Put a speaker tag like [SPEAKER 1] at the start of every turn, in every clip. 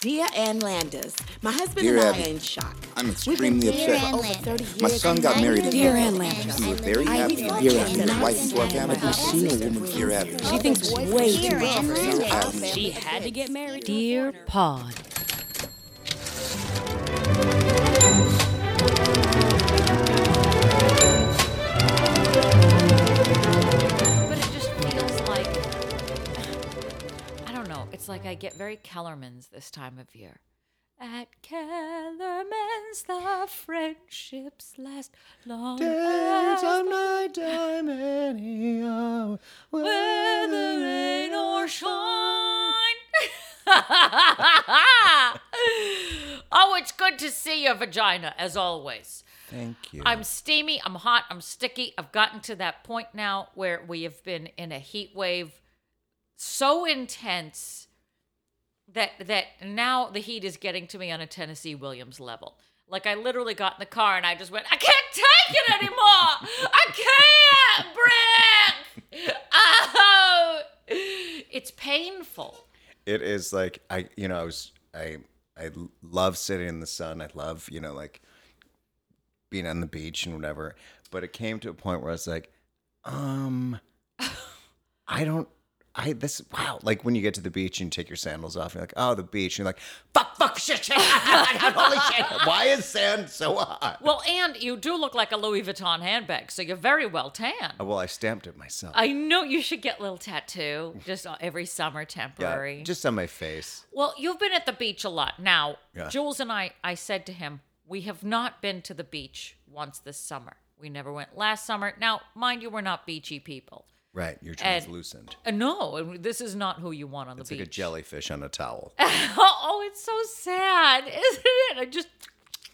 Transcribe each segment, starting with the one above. [SPEAKER 1] Dear Ann Landers, my husband
[SPEAKER 2] Dear
[SPEAKER 1] and I
[SPEAKER 2] Abby,
[SPEAKER 1] are in shock.
[SPEAKER 2] I'm
[SPEAKER 1] We've been
[SPEAKER 2] extremely
[SPEAKER 1] together
[SPEAKER 2] upset.
[SPEAKER 1] for over 30 years.
[SPEAKER 2] My son got married
[SPEAKER 1] and
[SPEAKER 2] in
[SPEAKER 3] Dear
[SPEAKER 2] April.
[SPEAKER 3] Ann Landers.
[SPEAKER 2] We were very
[SPEAKER 1] I
[SPEAKER 2] happy
[SPEAKER 1] thought
[SPEAKER 2] and
[SPEAKER 1] you
[SPEAKER 2] his
[SPEAKER 1] were gonna
[SPEAKER 2] wife
[SPEAKER 1] send
[SPEAKER 2] into our
[SPEAKER 1] me
[SPEAKER 2] cabin.
[SPEAKER 1] Have you
[SPEAKER 3] seen a
[SPEAKER 2] woman? Dear Abby.
[SPEAKER 3] She thinks way too much of
[SPEAKER 2] Dear
[SPEAKER 3] herself.
[SPEAKER 2] Abby.
[SPEAKER 4] She had to get married.
[SPEAKER 5] Dear Pod.
[SPEAKER 6] But it just feels like I don't know. It's like I get very Kellerman's this time of year. At Kellerman's, the friendships last long. as whether rain or shine. oh, it's good to see your vagina, as always.
[SPEAKER 7] Thank you.
[SPEAKER 6] I'm steamy, I'm hot, I'm sticky. I've gotten to that point now where we have been in a heat wave so intense that that now the heat is getting to me on a Tennessee Williams level. Like I literally got in the car and I just went, I can't take it anymore. I can't breathe. Oh, it's painful.
[SPEAKER 7] it is like I you know I was I I love sitting in the sun. I love you know like being on the beach and whatever. But it came to a point where I was like, um, I don't. I this wow like when you get to the beach and you take your sandals off you're like oh the beach and you're like fuck fuck shit shit holy shit why is sand so hot
[SPEAKER 6] Well, and you do look like a Louis Vuitton handbag, so you're very well tan.
[SPEAKER 7] well I stamped it myself
[SPEAKER 6] I know you should get a little tattoo just on- every summer temporary.
[SPEAKER 7] yeah just on my face
[SPEAKER 6] Well, you've been at the beach a lot. Now,
[SPEAKER 7] Yeah.
[SPEAKER 6] Jules and I, I said to him, we have not been to the beach once this summer. We never went last summer. Now, mind you, we're not beachy people.
[SPEAKER 7] right you're translucent
[SPEAKER 6] Uh, no, and this is not who you want on the
[SPEAKER 7] it's
[SPEAKER 6] beach.
[SPEAKER 7] like a jellyfish on a towel
[SPEAKER 6] oh, it's so sad, isn't it? I just.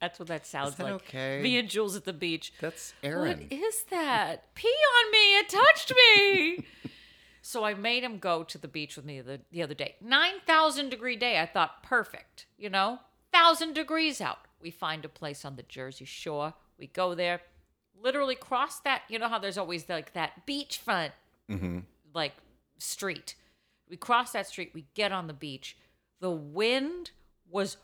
[SPEAKER 6] That's what that sounds
[SPEAKER 7] that
[SPEAKER 6] like.
[SPEAKER 7] okay?
[SPEAKER 6] Me and Jules at the beach.
[SPEAKER 7] that's
[SPEAKER 6] What
[SPEAKER 7] Aaron
[SPEAKER 6] is that? Pee on me. It touched me. so I made him go to the beach with me the, the other day. 9,000 degree day. I thought, perfect. You know, 1,000 degrees out. We find a place on the Jersey Shore. We go there, literally cross that. You know how there's always like that beachfront, like street. We cross that street. We get on the beach. The wind was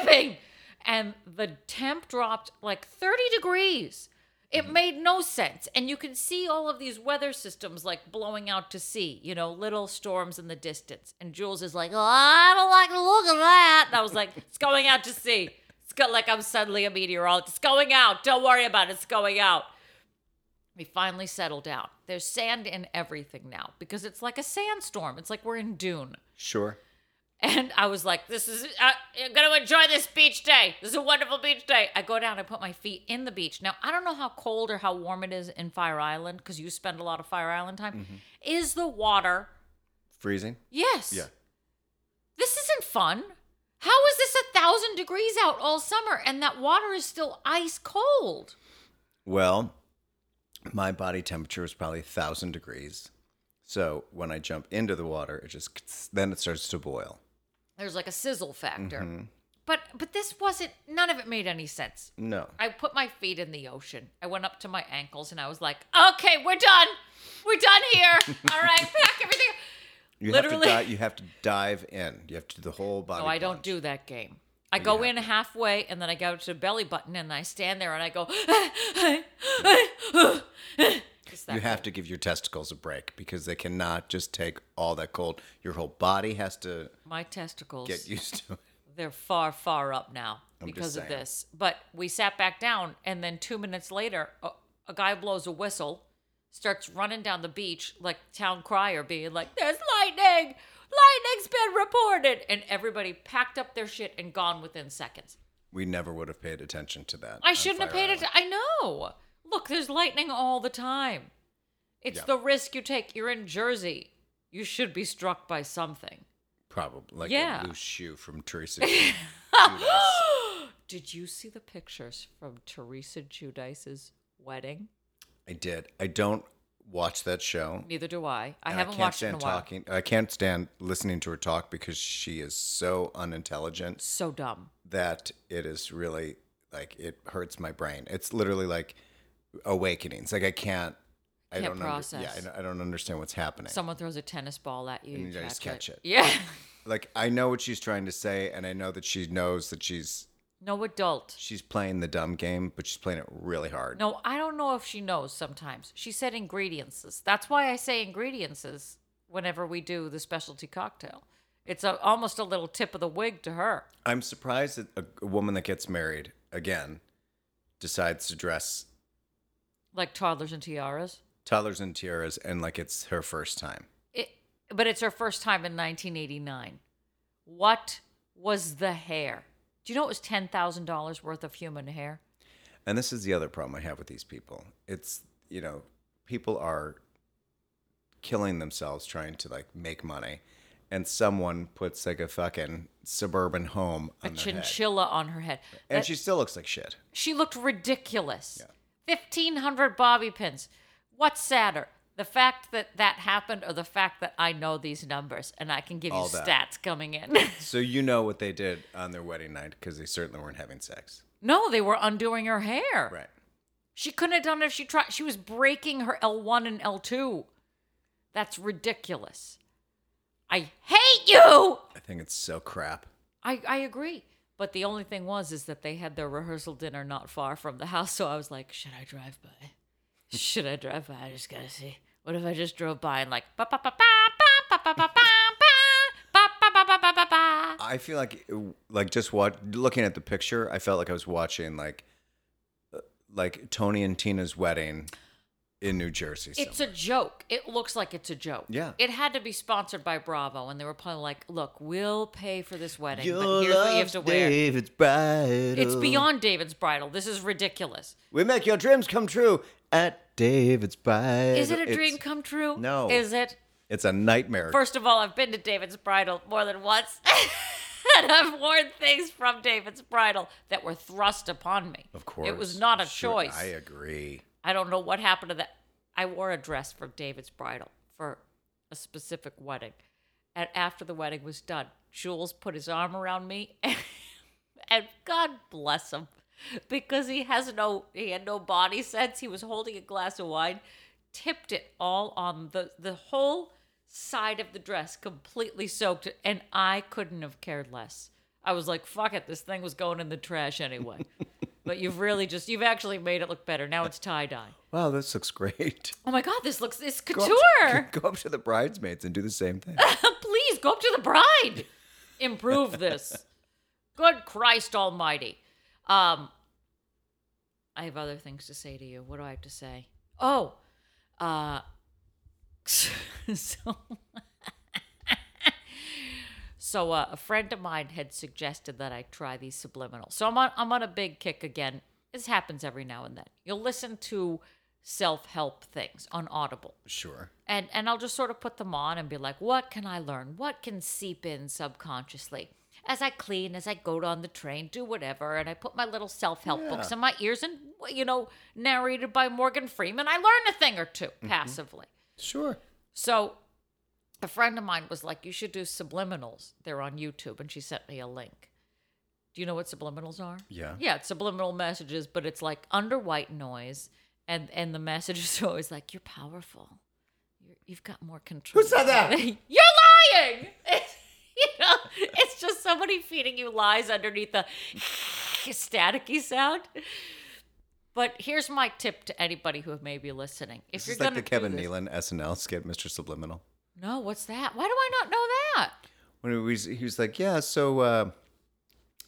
[SPEAKER 6] whipping and the temp dropped like 30 degrees. It made no sense. And you can see all of these weather systems like blowing out to sea, you know, little storms in the distance. And Jules is like, oh, I don't like the look of that. And I was like, it's going out to sea. It's got like I'm suddenly a meteorologist. It's going out. Don't worry about it. It's going out. We finally settle down. There's sand in everything now because it's like a sandstorm. It's like we're in Dune.
[SPEAKER 7] sure
[SPEAKER 6] And I was like, this is, uh, I'm going to enjoy this beach day. This is a wonderful beach day. I go down, I put my feet in the beach. Now, I don't know how cold or how warm it is in Fire Island because you spend a lot of Fire Island time. Is the water,
[SPEAKER 7] freezing
[SPEAKER 6] yes.
[SPEAKER 7] yeah
[SPEAKER 6] This isn't fun. How is this a thousand degrees out all summer and that water is still ice cold?
[SPEAKER 7] Well, my body temperature was probably 1,000 degrees. So when I jump into the water, it just, then it starts to boil.
[SPEAKER 6] There's like a sizzle factor. But but this wasn't none of it made any sense.
[SPEAKER 7] No.
[SPEAKER 6] I put my feet in the ocean. I went up to my ankles and I was like, okay, we're done. We're done here. All right, pack everything.
[SPEAKER 7] You
[SPEAKER 6] Literally.
[SPEAKER 7] Have to di- you have to dive in. You have to do the whole body.
[SPEAKER 6] No, I don't
[SPEAKER 7] plunge.
[SPEAKER 6] do that game. I go in halfway and then I go to the belly button and I stand there and I go, Just that
[SPEAKER 7] You have
[SPEAKER 6] way.
[SPEAKER 7] to give your testicles a break because they cannot just take all that cold. Your whole body has to
[SPEAKER 6] my testicles.
[SPEAKER 7] get used to it.
[SPEAKER 6] they're far, far up now
[SPEAKER 7] I'm just
[SPEAKER 6] because of
[SPEAKER 7] saying.
[SPEAKER 6] this. But we sat back down, and then two minutes later, a, a guy blows a whistle, starts running down the beach like town crier, being like, "There's lightning! Lightning's been reported!" And everybody packed up their shit and gone within seconds.
[SPEAKER 7] We never would have paid attention to that.
[SPEAKER 6] I
[SPEAKER 7] on
[SPEAKER 6] shouldn't have
[SPEAKER 7] Fire
[SPEAKER 6] paid it.
[SPEAKER 7] Island.
[SPEAKER 6] I know. Look, there's lightning all the time. It's
[SPEAKER 7] Yeah.
[SPEAKER 6] the risk you take. You're in Jersey. You should be struck by something.
[SPEAKER 7] Probably. Like
[SPEAKER 6] Yeah.
[SPEAKER 7] a loose shoe from Teresa.
[SPEAKER 6] Did you see the pictures from Teresa Judice's wedding?
[SPEAKER 7] I did. I don't watch that show.
[SPEAKER 6] Neither do I. I
[SPEAKER 7] And
[SPEAKER 6] haven't
[SPEAKER 7] can't
[SPEAKER 6] watched it in
[SPEAKER 7] stand
[SPEAKER 6] a while.
[SPEAKER 7] Talking, I can't stand listening to her talk because she is so unintelligent
[SPEAKER 6] So dumb.
[SPEAKER 7] that it is really like it hurts my brain. It's literally like awakenings. Like I can't. I
[SPEAKER 6] Can't
[SPEAKER 7] don't under-
[SPEAKER 6] process.
[SPEAKER 7] yeah, I don't- I don't understand what's happening.
[SPEAKER 6] Someone throws a tennis ball at you.
[SPEAKER 7] And
[SPEAKER 6] you
[SPEAKER 7] you just catch it.
[SPEAKER 6] Yeah.
[SPEAKER 7] like I know what she's trying to say, and I know that she knows that she's
[SPEAKER 6] No adult.
[SPEAKER 7] she's playing the dumb game, but she's playing it really hard.
[SPEAKER 6] No, I don't know if she knows sometimes. She said ingredients. That's why I say ingredients whenever we do the specialty cocktail. It's a, almost a little tip of the wig to her.
[SPEAKER 7] I'm surprised that a, a woman that gets married again decides to dress
[SPEAKER 6] Like toddlers and tiaras.
[SPEAKER 7] toddlers and tiaras, and like it's her first time.
[SPEAKER 6] It, but it's her first time in 1989. What was the hair? Do you know it was $10,000 worth of human hair?
[SPEAKER 7] And this is the other problem I have with these people. It's, you know, people are killing themselves trying to like make money. And someone puts like a fucking suburban home
[SPEAKER 6] A
[SPEAKER 7] on their head.
[SPEAKER 6] chinchilla on her head.
[SPEAKER 7] And
[SPEAKER 6] That-
[SPEAKER 7] she still looks like shit.
[SPEAKER 6] She looked ridiculous. 1,500 bobby pins. What's sadder? The fact that that happened or the fact that I know these numbers and I can give
[SPEAKER 7] All
[SPEAKER 6] you
[SPEAKER 7] that.
[SPEAKER 6] stats coming in?
[SPEAKER 7] So you know what they did on their wedding night because they certainly weren't having sex.
[SPEAKER 6] no, they were undoing her hair.
[SPEAKER 7] Right.
[SPEAKER 6] She couldn't have done it if she tried. She was breaking her L1 and L2. That's ridiculous. I hate you.
[SPEAKER 7] I think it's so crap.
[SPEAKER 6] I, I agree. But the only thing was is that they had their rehearsal dinner not far from the house, so I was like, should I drive by? Should I drive by? I just gotta see. What if I just drove by and like ba ba ba ba ba ba ba ba ba ba ba ba ba ba ba ba
[SPEAKER 7] I feel like like just watch looking at the picture, I felt like I was watching like uh, like Tony and Tina's wedding in New Jersey.
[SPEAKER 6] It's
[SPEAKER 7] somewhere.
[SPEAKER 6] a joke. It looks like it's a joke.
[SPEAKER 7] Yeah.
[SPEAKER 6] It had to be sponsored by Bravo, and they were probably like, "Look, we'll pay for this wedding, but here's what you have to wear."
[SPEAKER 7] David's bridal.
[SPEAKER 6] It's beyond David's bridal. This is ridiculous.
[SPEAKER 7] We make your dreams come true at David's bridal.
[SPEAKER 6] Is it a
[SPEAKER 7] It's-
[SPEAKER 6] dream come true?
[SPEAKER 7] No.
[SPEAKER 6] Is it?
[SPEAKER 7] It's a nightmare.
[SPEAKER 6] First of all, I've been to David's Bridal more than once, and I've worn things from David's Bridal that were thrust upon me.
[SPEAKER 7] of course,
[SPEAKER 6] it was not a
[SPEAKER 7] Sure,
[SPEAKER 6] choice.
[SPEAKER 7] I agree.
[SPEAKER 6] I don't know what happened to that. I wore a dress from David's Bridal for a specific wedding. And after the wedding was done, Jules put his arm around me and God bless him because he has no he had no body sense. He was holding a glass of wine, tipped it all on the the whole side of the dress completely soaked it, and I couldn't have cared less. I was like, "Fuck it, this thing was going in the trash anyway." but you've really just you've actually made it look better. Now it's tie-dye.
[SPEAKER 7] Wow, this looks great.
[SPEAKER 6] Oh my god, this looks it's
[SPEAKER 7] Go up
[SPEAKER 6] couture.
[SPEAKER 7] to- go up to the bridesmaids and do the same thing.
[SPEAKER 6] please go up to the bride. Improve this. Good Christ Almighty. Um, I have other things to say to you. What do I have to say? Oh, uh, so, so uh, a friend of mine had suggested that I try these subliminals. So I'm on, I'm on a big kick again. This happens every now and then. You'll listen to self help things on Audible
[SPEAKER 7] sure.
[SPEAKER 6] and and I'll just sort of put them on and be like, what can I learn? What can seep in subconsciously? As I clean, as I go on the train, do whatever, and I put my little self-help books in my ears, and you know, narrated by Morgan Freeman, I learn a thing or 2 passively.
[SPEAKER 7] Sure.
[SPEAKER 6] So a friend of mine was like, "You should do subliminals. They're on YouTube," and she sent me a link. Do you know what subliminals are?
[SPEAKER 7] Yeah.
[SPEAKER 6] Yeah, it's subliminal messages, but it's like under white noise, and and the message is always like, "You're powerful. You're, you've got more control."
[SPEAKER 7] Who said that?
[SPEAKER 6] You're lying. you know, it's just somebody feeding you lies underneath the staticky sound. But here's my tip to anybody who may be listening: if
[SPEAKER 7] This
[SPEAKER 6] you're
[SPEAKER 7] is like
[SPEAKER 6] gonna
[SPEAKER 7] the Kevin
[SPEAKER 6] do this,
[SPEAKER 7] Nealon SNL skit, Mr. Subliminal.
[SPEAKER 6] no, what's that? Why do I not know that?
[SPEAKER 7] When he was, he was like, "Yeah, so uh,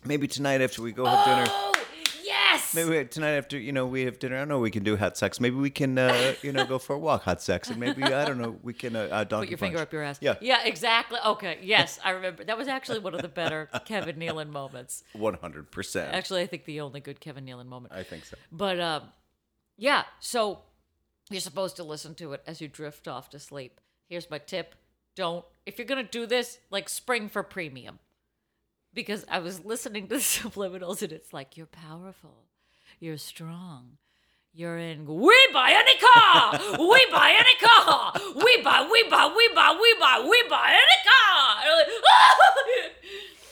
[SPEAKER 7] maybe tonight after we go have dinner,
[SPEAKER 6] Oh, yes.
[SPEAKER 7] maybe tonight after you know we have dinner, I don't know we can do hot sex. Maybe we can uh, you know go for a walk, hot sex, and maybe I don't know we can uh, uh, donkey
[SPEAKER 6] Put your
[SPEAKER 7] punch.
[SPEAKER 6] finger up your ass.
[SPEAKER 7] Yeah,
[SPEAKER 6] Yeah, exactly. Okay. Yes, I remember. That was actually one of the better Kevin Nealon moments.
[SPEAKER 7] one hundred percent.
[SPEAKER 6] Actually, I think the only good Kevin Nealon moment.
[SPEAKER 7] I think so.
[SPEAKER 6] But um, yeah, so you're supposed to listen to it as you drift off to sleep. Here's my tip: don't. If you're gonna do this, like spring for premium, because I was listening to the subliminals and it's like you're powerful, you're strong. You're in. We buy any car. We buy any car. We buy. We buy. We buy. We buy. We buy any car. And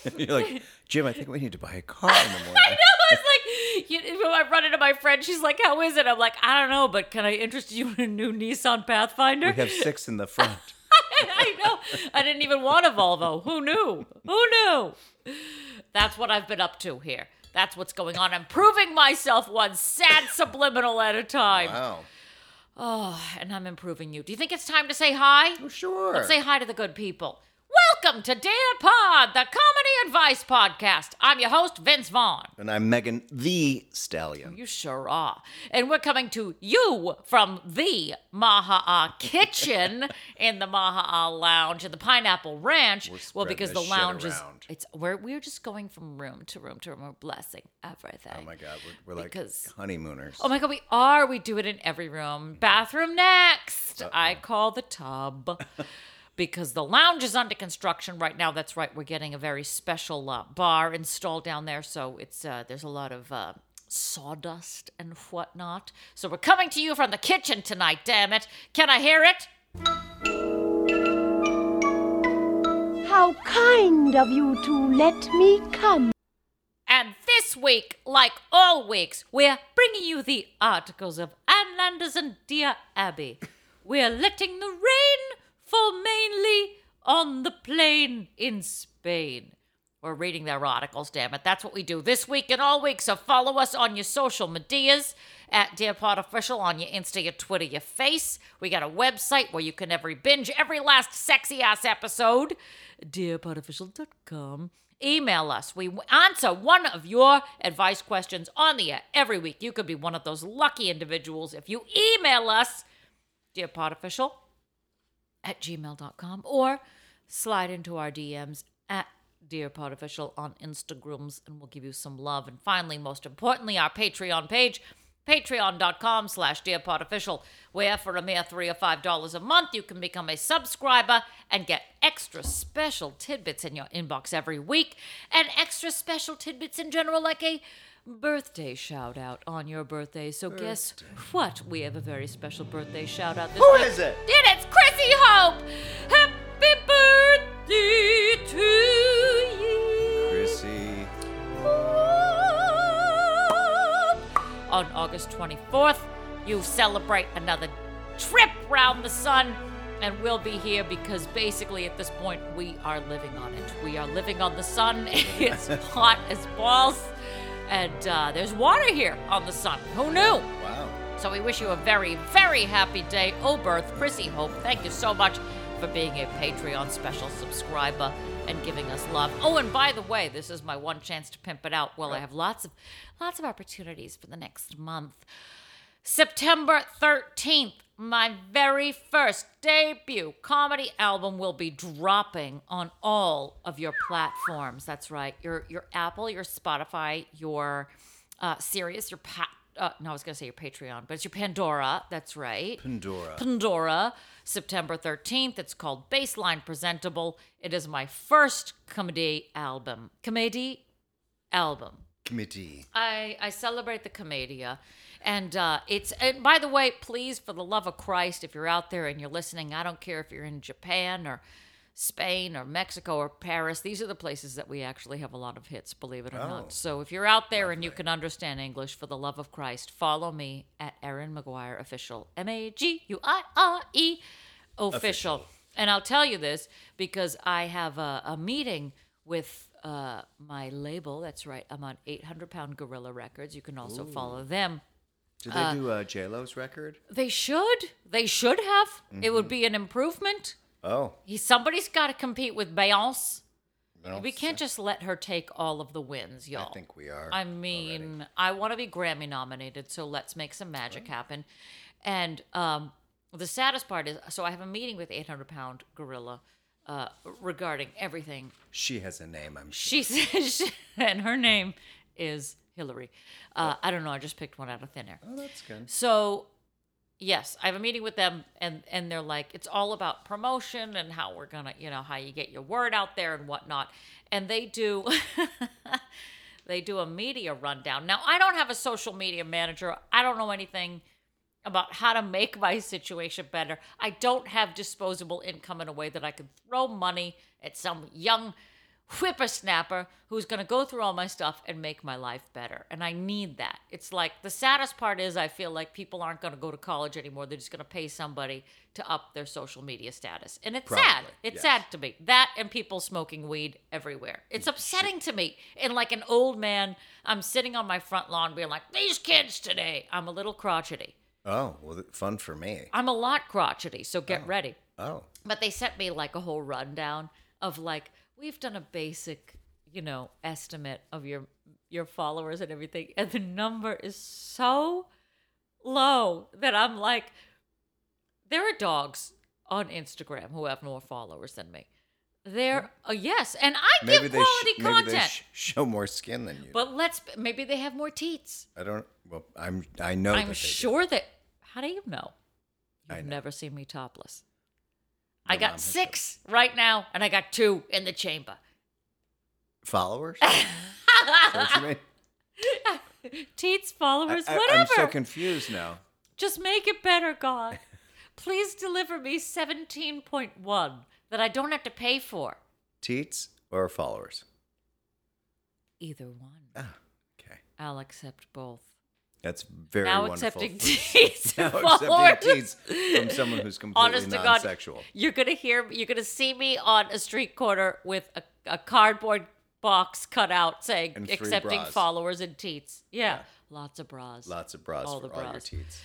[SPEAKER 6] I'm like,
[SPEAKER 7] You're like Jim. I think we need to buy a car in the morning.
[SPEAKER 6] I know. I was like, you, when I run into my friend, she's like, "How is it?" I'm like, "I don't know, but can I interest you in a new Nissan Pathfinder?"
[SPEAKER 7] We have six in the front.
[SPEAKER 6] I know. I didn't even want a Volvo. Who knew? Who knew? That's what I've been up to here. That's what's going on. I'm proving myself one sad subliminal at a time.
[SPEAKER 7] Wow.
[SPEAKER 6] And I'm improving you. Do you think it's time to say hi?
[SPEAKER 7] Oh, sure.
[SPEAKER 6] Let's say hi to the good people. Welcome to Dan Pod, the comedy advice podcast. I'm your host, Vince Vaughn.
[SPEAKER 7] and I'm Megan the Stallion.
[SPEAKER 6] You sure are. And we're coming to you from the Maha'a kitchen in the Maha'a lounge at the Pineapple Ranch. well,
[SPEAKER 7] spreading
[SPEAKER 6] because the
[SPEAKER 7] this shit
[SPEAKER 6] lounge is
[SPEAKER 7] around.
[SPEAKER 6] it's we're we're just going from room to room to room. We're blessing everything.
[SPEAKER 7] Oh my God, we're, we're like
[SPEAKER 6] Because-
[SPEAKER 7] honeymooners.
[SPEAKER 6] Oh my god, we are. We do it in every room. Bathroom next. I call the tub because the lounge is under construction right now. That's right. We're getting a very special uh, bar installed down there, so it's uh, there's a lot of uh, sawdust and whatnot. So we're coming to you from the kitchen tonight. Damn it! Can I hear it?
[SPEAKER 3] How kind of you to let me come.
[SPEAKER 6] And this week, like all weeks, we're bringing you the articles of Anne Landers and Dear Abby. We're letting the rain fall mainly on the plain in Spain. We're reading their articles, damn it. That's what we do this week and all week. So follow us on your social medias at Dear Pod Official on your Insta, your Twitter, your Face. We got a website where you can every binge every last sexy ass episode, dearpodofficial.com. Email us. We answer one of your advice questions on the air every week. You could be one of those lucky individuals if you email us, dearpodofficial at gmail.com or slide into our DMs at Dear Pod Official on Instagrams and we'll give you some love. And finally, most importantly, our Patreon page, patreon.com slash Dear Pod Official, where for a mere three or five dollars a month, you can become a subscriber and get extra special tidbits in your inbox every week and extra special tidbits in general, like a birthday shout out on your birthday. So guess what? We have a very special birthday shout out this
[SPEAKER 7] Who
[SPEAKER 6] week.
[SPEAKER 7] is it?
[SPEAKER 6] Did it's Chrissy Hope. Happy birthday to you.
[SPEAKER 7] Chrissy.
[SPEAKER 6] On August 24th, you celebrate another trip round the sun, and we'll be here because basically at this point we are living on it. We are living on the sun. It's hot as balls, and uh, there's water here on the sun. Who knew?
[SPEAKER 7] Wow.
[SPEAKER 6] So we wish you a very, very happy day. Oh, birth, Chrissy Hope, thank you so much for being a Patreon special subscriber and giving us love. Oh, and by the way, this is my one chance to pimp it out. Well, I have lots of lots of opportunities for the next month. September 13th, my very first debut comedy album will be dropping on all of your platforms. That's right. Your your Apple, your Spotify, your uh, Sirius, your Pat. Uh, no, I was going to say your Patreon, but it's your Pandora. That's right.
[SPEAKER 7] Pandora.
[SPEAKER 6] Pandora, September 13th. It's called Baseline Presentable. It is my first comedy album. Comedy album.
[SPEAKER 7] Committee.
[SPEAKER 6] I, I celebrate the Commedia. And uh, it's, and by the way, please, for the love of Christ, if you're out there and you're listening, I don't care if you're in Japan or Spain or Mexico or Paris. These are the places that we actually have a lot of hits, believe it or
[SPEAKER 7] Oh.
[SPEAKER 6] not. So if you're out there and you can understand English, for the love of Christ, follow me at Erin McGuire Official. M A G U I R E Official. And I'll tell you this because I have a, a meeting with uh, my label. That's right. I'm on 800 Pound Gorilla Records. You can also follow them.
[SPEAKER 7] Did they do uh, J Lo's record?
[SPEAKER 6] They should. They should have. It would be an improvement.
[SPEAKER 7] Oh.
[SPEAKER 6] He, somebody's got to compete with Beyonce.
[SPEAKER 7] Well,
[SPEAKER 6] We can't just let her take all of the wins,
[SPEAKER 7] I
[SPEAKER 6] y'all.
[SPEAKER 7] think we are.
[SPEAKER 6] I mean, I want to be Grammy nominated, so let's make some magic happen. And um, the saddest part is, so I have a meeting with 800 pound gorilla uh, regarding everything.
[SPEAKER 7] she has a name, I'm
[SPEAKER 6] She
[SPEAKER 7] sure.
[SPEAKER 6] says, and her name is Hillary. Uh, I don't know. I just picked one out of thin air.
[SPEAKER 7] Oh, that's good.
[SPEAKER 6] Mm-hmm. So, yes, I have a meeting with them, and and they're like, it's all about promotion and how we're gonna, you know, how you get your word out there and whatnot. And they do, they do a media rundown. Now, I don't have a social media manager. I don't know anything about how to make my situation better. I don't have disposable income in a way that I can throw money at some young whippersnapper who's going to go through all my stuff and make my life better. And I need that. It's like the saddest part is I feel like people aren't going to go to college anymore. They're just going to pay somebody to up their social media status. And it's sad.
[SPEAKER 7] Probably,
[SPEAKER 6] It's
[SPEAKER 7] yes.
[SPEAKER 6] sad to me. That and people smoking weed everywhere. It's upsetting to me. And like an old man, I'm sitting on my front lawn being like, these kids today. I'm a little crotchety.
[SPEAKER 7] Oh, well, th- fun for me.
[SPEAKER 6] I'm a lot crotchety, so get ready.
[SPEAKER 7] Oh,
[SPEAKER 6] But they sent me like a whole rundown of like we've done a basic, you know, estimate of your your followers and everything, and the number is so low that I'm like, there are dogs on Instagram who have more followers than me. There, uh, yes, and I
[SPEAKER 7] maybe
[SPEAKER 6] give
[SPEAKER 7] they, sh-
[SPEAKER 6] quality
[SPEAKER 7] maybe they
[SPEAKER 6] content,
[SPEAKER 7] sh- show more skin than you.
[SPEAKER 6] but let's maybe they have more teats.
[SPEAKER 7] I don't. Well, I'm. I know. that
[SPEAKER 6] I'm
[SPEAKER 7] they do.
[SPEAKER 6] sure that. How do you know?
[SPEAKER 7] I
[SPEAKER 6] You've
[SPEAKER 7] know.
[SPEAKER 6] never seen me topless. I
[SPEAKER 7] My mom
[SPEAKER 6] got
[SPEAKER 7] has
[SPEAKER 6] six right now, and I got two in the chamber.
[SPEAKER 7] followers. Is that what you mean?
[SPEAKER 6] Teats, followers,
[SPEAKER 7] I, I, I'm
[SPEAKER 6] whatever.
[SPEAKER 7] so confused now.
[SPEAKER 6] Just make it better, God. Please deliver me 17.1 that I don't have to pay for.
[SPEAKER 7] Teats or followers?
[SPEAKER 6] Either one.
[SPEAKER 7] Ah, okay.
[SPEAKER 6] I'll accept both.
[SPEAKER 7] That's very
[SPEAKER 6] now
[SPEAKER 7] wonderful.
[SPEAKER 6] accepting
[SPEAKER 7] for-
[SPEAKER 6] teats
[SPEAKER 7] now
[SPEAKER 6] and followers.
[SPEAKER 7] accepting teats from someone who's completely
[SPEAKER 6] Honest to God,
[SPEAKER 7] non-sexual.
[SPEAKER 6] you're gonna hear, you're gonna see me on a street corner with a, a cardboard box cut out saying
[SPEAKER 7] And free
[SPEAKER 6] accepting
[SPEAKER 7] bras.
[SPEAKER 6] followers and teats. Yeah, lots of bras.
[SPEAKER 7] Lots of bras
[SPEAKER 6] All
[SPEAKER 7] for
[SPEAKER 6] the
[SPEAKER 7] all your
[SPEAKER 6] bras.
[SPEAKER 7] teats.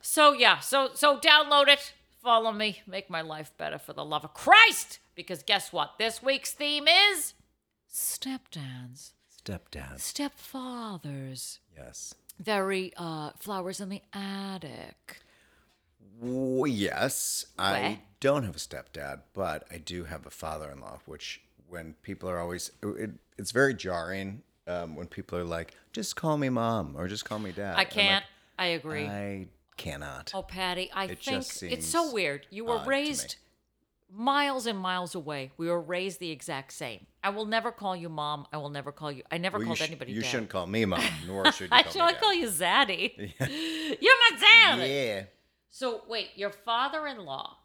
[SPEAKER 6] So yeah, so so download it, follow me, make my life better for the love of Christ. Because guess what? This week's theme is stepdads,
[SPEAKER 7] Step down.
[SPEAKER 6] stepfathers,
[SPEAKER 7] Yes.
[SPEAKER 6] very uh flowers in the attic.
[SPEAKER 7] Well, yes,
[SPEAKER 6] Where?
[SPEAKER 7] I don't have a stepdad, but I do have a father-in-law. Which, when people are always, it, it's very jarring um, when people are like, "Just call me mom" or "Just call me dad."
[SPEAKER 6] I
[SPEAKER 7] I'm uh, like,
[SPEAKER 6] can't. I agree.
[SPEAKER 7] I cannot.
[SPEAKER 6] oh, Patty, I
[SPEAKER 7] It
[SPEAKER 6] think
[SPEAKER 7] just
[SPEAKER 6] it's so
[SPEAKER 7] seems
[SPEAKER 6] weird. You were
[SPEAKER 7] odd to me.
[SPEAKER 6] raised miles and miles away. We were raised the exact same. I will never call you mom. I will never call you. I never
[SPEAKER 7] Well, you
[SPEAKER 6] called
[SPEAKER 7] sh-
[SPEAKER 6] anybody.
[SPEAKER 7] You
[SPEAKER 6] dad.
[SPEAKER 7] shouldn't call me mom, nor should you
[SPEAKER 6] I
[SPEAKER 7] call
[SPEAKER 6] shall I
[SPEAKER 7] me dad.
[SPEAKER 6] call you Zaddy. You're my Zaddy.
[SPEAKER 7] Yeah.
[SPEAKER 6] So wait, your father-in-law.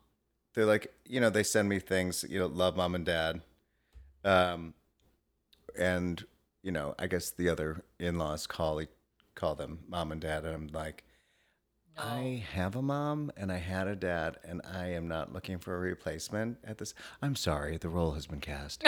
[SPEAKER 7] They're like, you know, they send me things, you know, love mom and dad. Um and, you know, I guess the other in-laws call e, call them mom and dad and I'm like I have a mom and I had a dad and I am not looking for a replacement at this. I'm sorry, the role has been cast.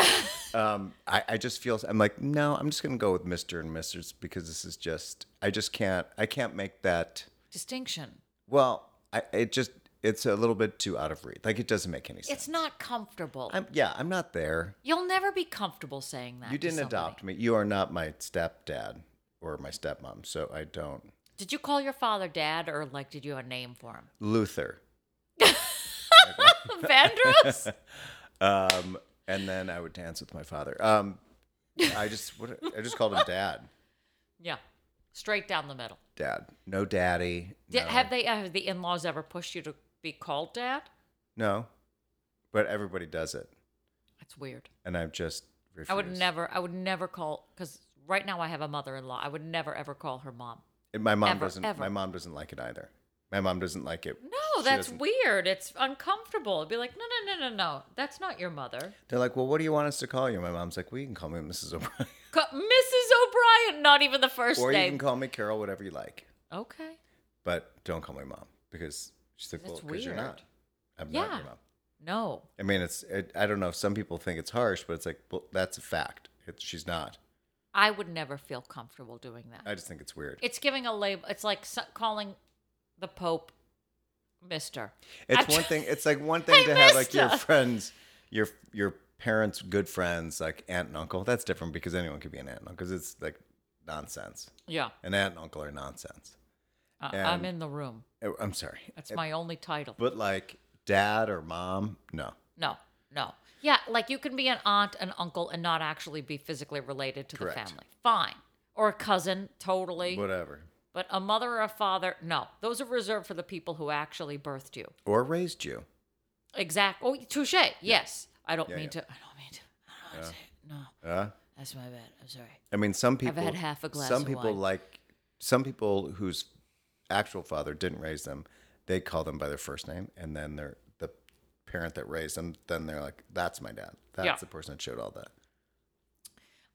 [SPEAKER 7] um, I, I just feel I'm like, no, I'm just gonna go with Mr. and Mrs. because this is just I just can't I can't make that
[SPEAKER 6] Distinction.
[SPEAKER 7] Well, I, it just it's a little bit too out of reach. Like it doesn't make any sense.
[SPEAKER 6] It's not comfortable.
[SPEAKER 7] I'm, yeah, I'm not there.
[SPEAKER 6] You'll never be comfortable saying that.
[SPEAKER 7] You
[SPEAKER 6] to
[SPEAKER 7] didn't
[SPEAKER 6] somebody.
[SPEAKER 7] adopt me. You are not my stepdad or my stepmom, so I don't.
[SPEAKER 6] Did you call your father dad, or like, did you have a name for him?
[SPEAKER 7] Luther.
[SPEAKER 6] Vandross.
[SPEAKER 7] Um, and then I would dance with my father. Um, I just what, I just called him dad.
[SPEAKER 6] yeah, straight down the middle.
[SPEAKER 7] Dad. No daddy.
[SPEAKER 6] Did,
[SPEAKER 7] no,
[SPEAKER 6] Have they? uh, Have the in-laws ever pushed you to be called dad?
[SPEAKER 7] no. But everybody does it,
[SPEAKER 6] That's weird.
[SPEAKER 7] and I've just. Refused.
[SPEAKER 6] I would never. I would never call because right now I have a mother-in-law. I would never ever call her mom.
[SPEAKER 7] And My mom
[SPEAKER 6] ever,
[SPEAKER 7] doesn't.
[SPEAKER 6] ever.
[SPEAKER 7] My mom doesn't like it either. My mom doesn't like it.
[SPEAKER 6] No,
[SPEAKER 7] She
[SPEAKER 6] that's
[SPEAKER 7] doesn't-
[SPEAKER 6] weird. It's uncomfortable. It'd be like, no, no, no, no, no. That's not your mother.
[SPEAKER 7] They're like, well, what do you want us to call you? My mom's like, well, you can call me Mrs. O'Brien.
[SPEAKER 6] Co- Mrs. O'Brien, not even the first
[SPEAKER 7] Or you
[SPEAKER 6] name.
[SPEAKER 7] can call me Carol, whatever you like,
[SPEAKER 6] okay.
[SPEAKER 7] but don't call me mom because she's like, well,
[SPEAKER 6] That's
[SPEAKER 7] because you're
[SPEAKER 6] weird.
[SPEAKER 7] not. I'm not
[SPEAKER 6] Yeah.
[SPEAKER 7] your mom.
[SPEAKER 6] No.
[SPEAKER 7] I mean, it's. It, I don't know. Some people think it's harsh, but it's like, well, that's a fact. It, she's not.
[SPEAKER 6] I would never feel comfortable doing that.
[SPEAKER 7] I just think it's weird.
[SPEAKER 6] it's giving a label. It's like so- calling the Pope Mister.
[SPEAKER 7] It's
[SPEAKER 6] I-
[SPEAKER 7] one thing. It's like one thing
[SPEAKER 6] I
[SPEAKER 7] to have like your
[SPEAKER 6] missed a-
[SPEAKER 7] friends, your your parents, good friends, like aunt and uncle. That's different because anyone could be an aunt and uncle because it's like nonsense.
[SPEAKER 6] Yeah.
[SPEAKER 7] An aunt and uncle are nonsense.
[SPEAKER 6] I- I'm
[SPEAKER 7] And-
[SPEAKER 6] in the room.
[SPEAKER 7] Oh, I'm sorry,
[SPEAKER 6] That's my only title.
[SPEAKER 7] but like dad or mom, no.
[SPEAKER 6] no, no. Yeah, like you can be an aunt, an uncle, and not actually be physically related to the
[SPEAKER 7] Correct.
[SPEAKER 6] family. Fine. Or a cousin, totally.
[SPEAKER 7] Whatever.
[SPEAKER 6] But a mother or a father, no. Those are reserved for the people who actually birthed you.
[SPEAKER 7] Or raised you.
[SPEAKER 6] Exact. Oh, touche. Yes. I don't
[SPEAKER 7] Yeah,
[SPEAKER 6] mean
[SPEAKER 7] yeah. Uh-huh.
[SPEAKER 6] to. I don't mean to. I don't wanna say it. No,
[SPEAKER 7] Yeah.
[SPEAKER 6] that's my bad. I'm sorry.
[SPEAKER 7] I mean, some people.
[SPEAKER 6] had half a glass
[SPEAKER 7] Some
[SPEAKER 6] of
[SPEAKER 7] people
[SPEAKER 6] wine.
[SPEAKER 7] like some people whose actual father didn't raise them. They call them by their first name, and then they're the parent that raised them. Then they're like, "That's my dad. That's
[SPEAKER 6] Yeah.
[SPEAKER 7] the person that showed all that."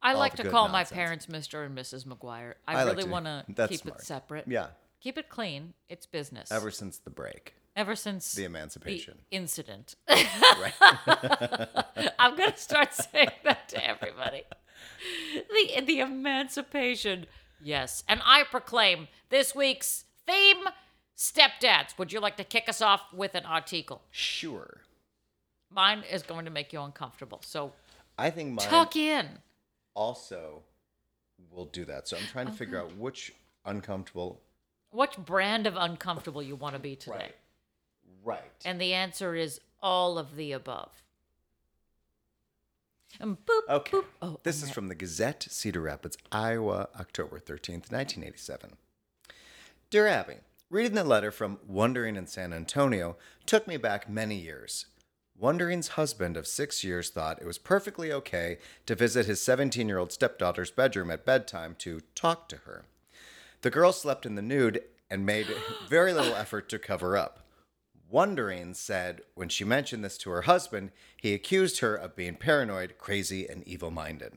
[SPEAKER 6] I
[SPEAKER 7] all
[SPEAKER 6] like
[SPEAKER 7] the
[SPEAKER 6] to
[SPEAKER 7] good
[SPEAKER 6] call
[SPEAKER 7] nonsense.
[SPEAKER 6] my parents Mr. and Mrs. McGuire. I,
[SPEAKER 7] I like
[SPEAKER 6] really
[SPEAKER 7] to-
[SPEAKER 6] want to
[SPEAKER 7] that's
[SPEAKER 6] keep
[SPEAKER 7] smart.
[SPEAKER 6] it separate.
[SPEAKER 7] Yeah.
[SPEAKER 6] Keep it clean. It's business.
[SPEAKER 7] Ever since the break,
[SPEAKER 6] Ever since
[SPEAKER 7] the emancipation.
[SPEAKER 6] incident.
[SPEAKER 7] right.
[SPEAKER 6] I'm gonna start saying that to everybody. The the emancipation. Yes. And I proclaim this week's theme stepdads. Would you like to kick us off with an article?
[SPEAKER 7] Sure.
[SPEAKER 6] Mine is going to make you uncomfortable. So
[SPEAKER 7] I think mine
[SPEAKER 6] tuck in.
[SPEAKER 7] also will do that. So I'm trying
[SPEAKER 6] Oh,
[SPEAKER 7] to figure out which uncomfortable.
[SPEAKER 6] What brand of uncomfortable you want to be today?
[SPEAKER 7] Right. Right.
[SPEAKER 6] And the answer is all of the above. And boop,
[SPEAKER 7] Okay.
[SPEAKER 6] boop. Oh,
[SPEAKER 7] this is from the Gazette, Cedar Rapids, Iowa, October 13th, 1987. Dear Abby, reading the letter from Wondering in San Antonio took me back many years. Wondering's husband of six years thought it was perfectly okay to visit his 17 year old stepdaughter's bedroom at bedtime to talk to her. The girl slept in the nude and made very little effort to cover up. Wondering said when she mentioned this to her husband, he accused her of being paranoid, crazy, and evil minded.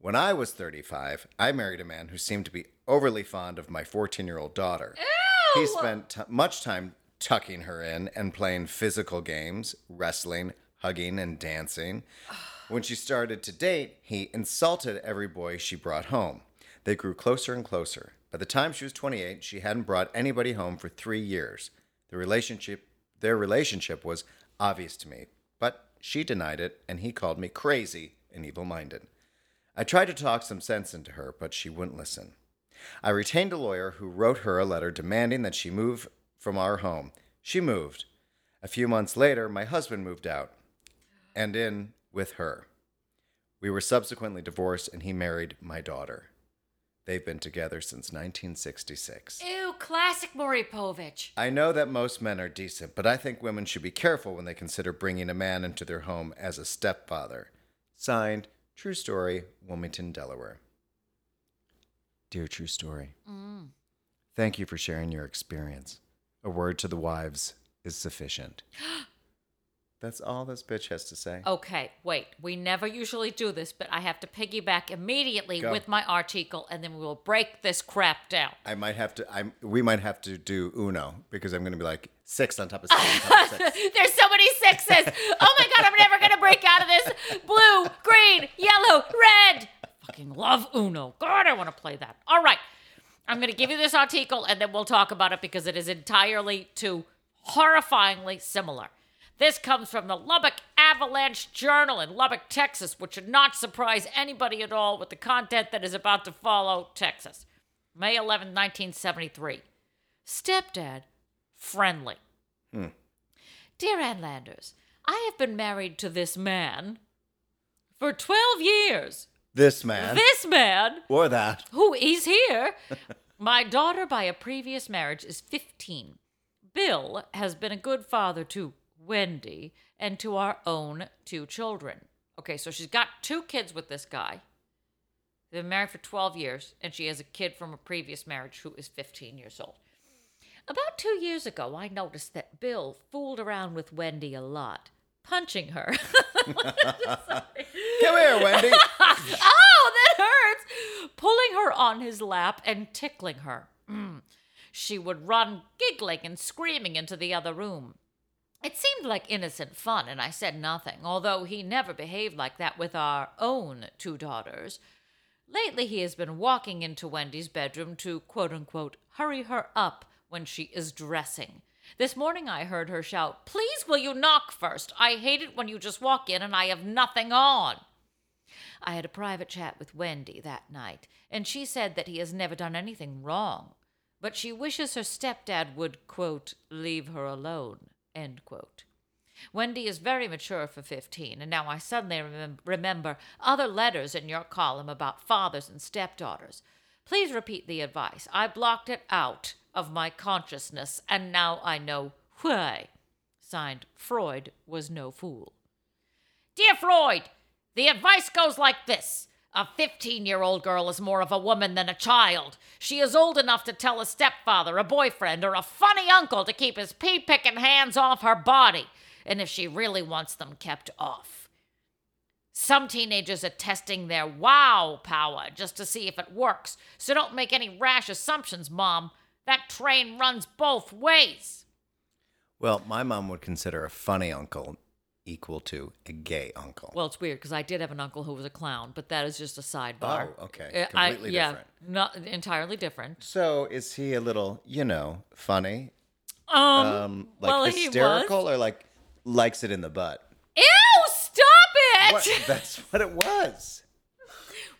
[SPEAKER 7] When I was 35, I married a man who seemed to be overly fond of my 14 year old daughter. He spent t- much time tucking her in and playing physical games, wrestling, hugging, and dancing. When she started to date, he insulted every boy she brought home. They grew closer and closer. By the time she was 28, she hadn't brought anybody home for three years. The relationship, their relationship was obvious to me, but she denied it, and he called me crazy and evil minded. I tried to talk some sense into her, but she wouldn't listen. I retained a lawyer who wrote her a letter demanding that she move from our home. She moved. A few months later, my husband moved out and in with her. We were subsequently divorced and he married my daughter. They've been together since 1966.
[SPEAKER 6] ew, classic Moripovich.
[SPEAKER 7] I know that most men are decent, but I think women should be careful when they consider bringing a man into their home as a stepfather. Signed, True Story, Wilmington, Delaware. Dear True Story,
[SPEAKER 6] Mm.
[SPEAKER 7] thank you for sharing your experience. A word to the wives is sufficient. That's all this bitch has to say.
[SPEAKER 6] Okay, wait. We never usually do this, but I have to piggyback immediately
[SPEAKER 7] Go.
[SPEAKER 6] with my article, and then we will break this crap down.
[SPEAKER 7] I might have to. I'm. We might have to do Uno because I'm going to be like six on top of six. On top of six.
[SPEAKER 6] There's so many sixes. Oh my god, I'm never gonna break out of this. Blue, green, yellow, red. Fucking love Uno. God, I want to play that. All right, I'm gonna give you this article, and then we'll talk about it because it is entirely too horrifyingly similar. This comes from the Lubbock Avalanche Journal in Lubbock, Texas, which should not surprise anybody at all with the content that is about to follow Texas. May 11, 1973. Stepdad friendly. Dear Ann Landers, I have been married to this man for 12 years.
[SPEAKER 7] This man
[SPEAKER 6] This man,
[SPEAKER 7] or that.
[SPEAKER 6] who is here, my daughter by a previous marriage is 15. Bill has been a good father to Wendy and to our own two children. Okay, so she's got two kids with this guy. They've been married for 12 years, and she has a kid from a previous marriage who is 15 years old. About two years ago, I noticed that Bill fooled around with Wendy a lot, punching her.
[SPEAKER 7] Come here, Wendy.
[SPEAKER 6] oh, that hurts! Pulling her on his lap and tickling her. Mm. She would run giggling and screaming into the other room. It seemed like innocent fun, and I said nothing, although he never behaved like that with our own two daughters. Lately, he has been walking into Wendy's bedroom to quote unquote hurry her up when she is dressing. This morning, I heard her shout, Please, will you knock first? I hate it when you just walk in and I have nothing on. I had a private chat with Wendy that night, and she said that he has never done anything wrong, but she wishes her stepdad would, quote, leave her alone, end quote. Wendy is very mature for 15, and now I suddenly remem- remember other letters in your column about fathers and stepdaughters. Please repeat the advice. I blocked it out of my consciousness, and now I know why. Signed, Freud was no fool. Dear Freud, the advice goes like this. A 15 year old girl is more of a woman than a child. She is old enough to tell a stepfather, a boyfriend, or a funny uncle to keep his pea picking hands off her body, and if she really wants them kept off. Some teenagers are testing their wow power just to see if it works, so don't make any rash assumptions, Mom. That train runs both ways.
[SPEAKER 7] Well, my mom would consider a funny uncle equal to a gay uncle.
[SPEAKER 6] Well, it's weird because I did have an uncle who was a clown, but that is just a sidebar.
[SPEAKER 7] Oh, okay.
[SPEAKER 6] Uh, I-
[SPEAKER 7] Completely
[SPEAKER 6] yeah,
[SPEAKER 7] different.
[SPEAKER 6] Not entirely different.
[SPEAKER 7] so is he a little, you know, funny?
[SPEAKER 6] Um,
[SPEAKER 7] Um, like
[SPEAKER 6] well, he was.
[SPEAKER 7] hysterical or like likes it in the butt?
[SPEAKER 6] Ew, stop it!
[SPEAKER 7] What? That's what it was.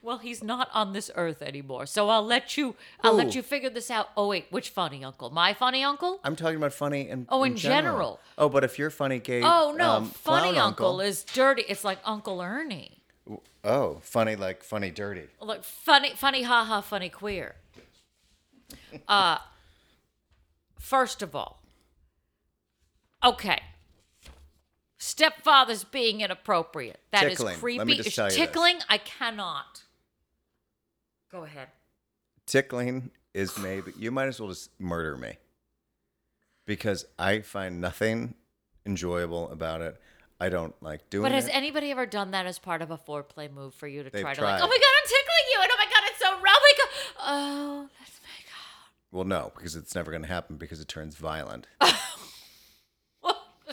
[SPEAKER 6] Well, he's not on this earth anymore, so I'll let you. I'll
[SPEAKER 7] Who?
[SPEAKER 6] let you figure this out. Oh wait, which funny uncle? My funny uncle?
[SPEAKER 7] I'm talking about funny and
[SPEAKER 6] Oh, in general.
[SPEAKER 7] Oh, but if you're funny gay,
[SPEAKER 6] Oh no,
[SPEAKER 7] um,
[SPEAKER 6] funny
[SPEAKER 7] clown
[SPEAKER 6] uncle, is dirty. It's like Uncle Ernie,
[SPEAKER 7] oh funny like funny dirty.
[SPEAKER 6] like funny, funny, ha ha, funny queer. Uh, first of all, okay. Stepfather's being inappropriate. That is
[SPEAKER 7] Tickling. Let me
[SPEAKER 6] creepy.
[SPEAKER 7] just
[SPEAKER 6] It's
[SPEAKER 7] tell you this.
[SPEAKER 6] tickling, I cannot. Go ahead.
[SPEAKER 7] Tickling is maybe you might as well just murder me because I find nothing enjoyable about it. I don't like doing
[SPEAKER 6] But has
[SPEAKER 7] it.
[SPEAKER 6] anybody ever done that as part of a foreplay move for you to
[SPEAKER 7] They've
[SPEAKER 6] try to like,
[SPEAKER 7] tried.
[SPEAKER 6] oh my god, I'm tickling you, and oh my god, it's so rough. Like, oh, that's my
[SPEAKER 7] well, no, because it's never going to happen because it turns violent.
[SPEAKER 6] god.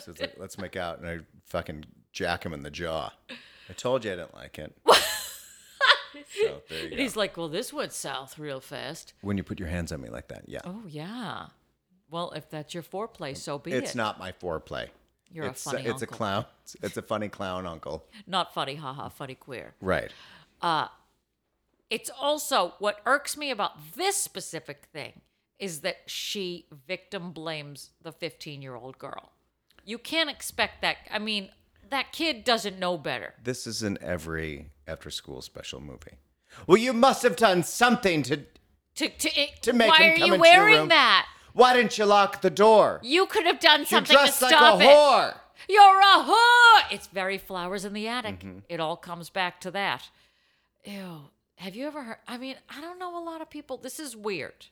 [SPEAKER 7] So it's like, let's make out, and I fucking jack him in the jaw. I told you I didn't like it. so there you
[SPEAKER 6] And
[SPEAKER 7] go.
[SPEAKER 6] he's like, well, this went south real fast.
[SPEAKER 7] When you put your hands on me like that, yeah.
[SPEAKER 6] Oh yeah. Well, if that's your foreplay, so be
[SPEAKER 7] it's
[SPEAKER 6] it.
[SPEAKER 7] not my foreplay.
[SPEAKER 6] You're a
[SPEAKER 7] it's uh,
[SPEAKER 6] funny
[SPEAKER 7] it's a
[SPEAKER 6] uncle.
[SPEAKER 7] clown. It's, it's a funny clown uncle.
[SPEAKER 6] Not funny, haha, funny queer. Uh,
[SPEAKER 7] Right.
[SPEAKER 6] It's also what irks me about this specific thing is that she victim blames the 15 year old girl. You can't expect that. I mean, that kid doesn't know better.
[SPEAKER 7] This is in every after school special movie. Well, you must have done something to.
[SPEAKER 6] to to, it,
[SPEAKER 7] To make
[SPEAKER 6] why
[SPEAKER 7] him
[SPEAKER 6] are
[SPEAKER 7] come
[SPEAKER 6] you
[SPEAKER 7] into your
[SPEAKER 6] wearing
[SPEAKER 7] room.
[SPEAKER 6] that?
[SPEAKER 7] Why didn't you lock the door?
[SPEAKER 6] You could have done
[SPEAKER 7] You're
[SPEAKER 6] something
[SPEAKER 7] dressed
[SPEAKER 6] to
[SPEAKER 7] like
[SPEAKER 6] stop
[SPEAKER 7] a
[SPEAKER 6] it.
[SPEAKER 7] whore.
[SPEAKER 6] You're a whore. It's very flowers in the attic.
[SPEAKER 7] Mm-hmm.
[SPEAKER 6] It all comes back to that. Ew. Have you ever heard? I mean, I don't know a lot of people. This is weird.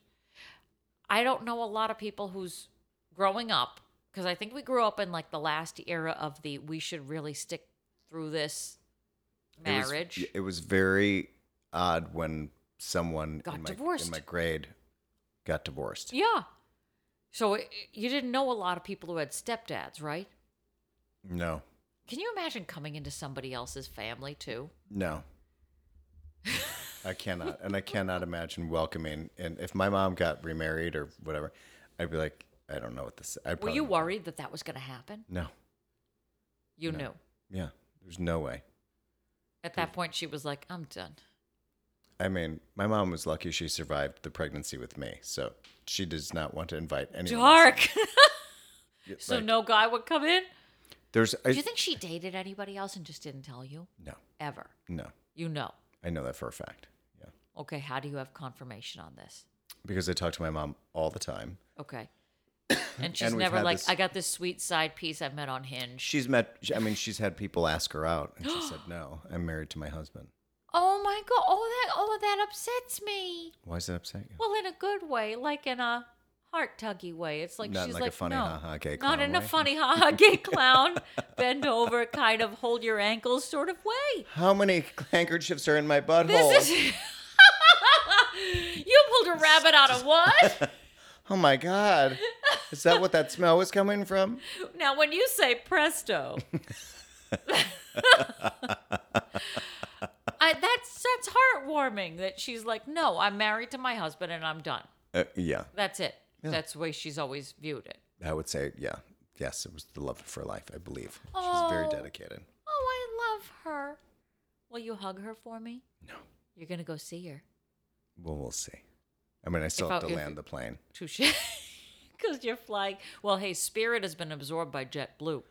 [SPEAKER 6] I don't know a lot of people who's growing up because I think we grew up in like the last era of the we should really stick through this
[SPEAKER 7] It was-
[SPEAKER 6] marriage.
[SPEAKER 7] It was, very odd when someone
[SPEAKER 6] Got
[SPEAKER 7] in, my,
[SPEAKER 6] divorced.
[SPEAKER 7] in my grade got divorced.
[SPEAKER 6] yeah. So it, you didn't know a lot of people who had stepdads, right?
[SPEAKER 7] No,
[SPEAKER 6] Can you imagine coming into somebody else's family too?
[SPEAKER 7] no. I cannot. And I cannot imagine welcoming. And if my mom got remarried or whatever, I'd be like, I don't know what this I'd
[SPEAKER 6] Were
[SPEAKER 7] probably-
[SPEAKER 6] you worried that that was going to happen?
[SPEAKER 7] No.
[SPEAKER 6] You
[SPEAKER 7] No.
[SPEAKER 6] knew.
[SPEAKER 7] Yeah. There's no way.
[SPEAKER 6] At that point, she was like, I'm done.
[SPEAKER 7] I mean, my mom was lucky she survived the pregnancy with me, so she does not want to invite anyone.
[SPEAKER 6] Dark.
[SPEAKER 7] Like,
[SPEAKER 6] so no guy would come in?
[SPEAKER 7] There's. I,
[SPEAKER 6] Do you think she dated anybody else and just didn't tell you?
[SPEAKER 7] no,
[SPEAKER 6] Ever.
[SPEAKER 7] no.
[SPEAKER 6] You know.
[SPEAKER 7] I know that for a fact. Yeah,
[SPEAKER 6] Okay, how do you have confirmation on this?
[SPEAKER 7] because I talk to my mom all the time.
[SPEAKER 6] Okay. And she's
[SPEAKER 7] we've
[SPEAKER 6] never
[SPEAKER 7] had
[SPEAKER 6] like,
[SPEAKER 7] this-
[SPEAKER 6] I got this sweet side piece I met on Hinge.
[SPEAKER 7] She's met. I mean, she's had people ask her out, and she said, "No, I'm married to my husband."
[SPEAKER 6] Oh my god! Oh that oh that upsets me.
[SPEAKER 7] Why does that upset you?
[SPEAKER 6] Well, in a good way, like in a heart tuggy way. It's like
[SPEAKER 7] Not
[SPEAKER 6] she's
[SPEAKER 7] like a funny
[SPEAKER 6] no,
[SPEAKER 7] ha-ha gay
[SPEAKER 6] not
[SPEAKER 7] clown
[SPEAKER 6] in a
[SPEAKER 7] way."
[SPEAKER 6] funny ha ha gay clown bend over kind of hold your ankles sort of way.
[SPEAKER 7] How many handkerchiefs are in my butthole?
[SPEAKER 6] This is you pulled a rabbit out of what?
[SPEAKER 7] oh my god! Is that what that smell was coming from?
[SPEAKER 6] now, when you say presto. I, that's that's heartwarming that she's like, no, I'm married to my husband and I'm done.
[SPEAKER 7] Uh, yeah,
[SPEAKER 6] That's it. That's the way she's always viewed it.
[SPEAKER 7] I would say yeah. Yes, it was the love of her life, I believe. She's
[SPEAKER 6] Oh.
[SPEAKER 7] very dedicated.
[SPEAKER 6] Oh, I love her. Will you hug her for me?
[SPEAKER 7] No.
[SPEAKER 6] You're gonna go see her.
[SPEAKER 7] Well, we'll see. I mean, I still
[SPEAKER 6] If
[SPEAKER 7] have
[SPEAKER 6] I-
[SPEAKER 7] to
[SPEAKER 6] if-
[SPEAKER 7] land the plane.
[SPEAKER 6] Touche. Because you're flying. Well, hey, Spirit has been absorbed by JetBlue,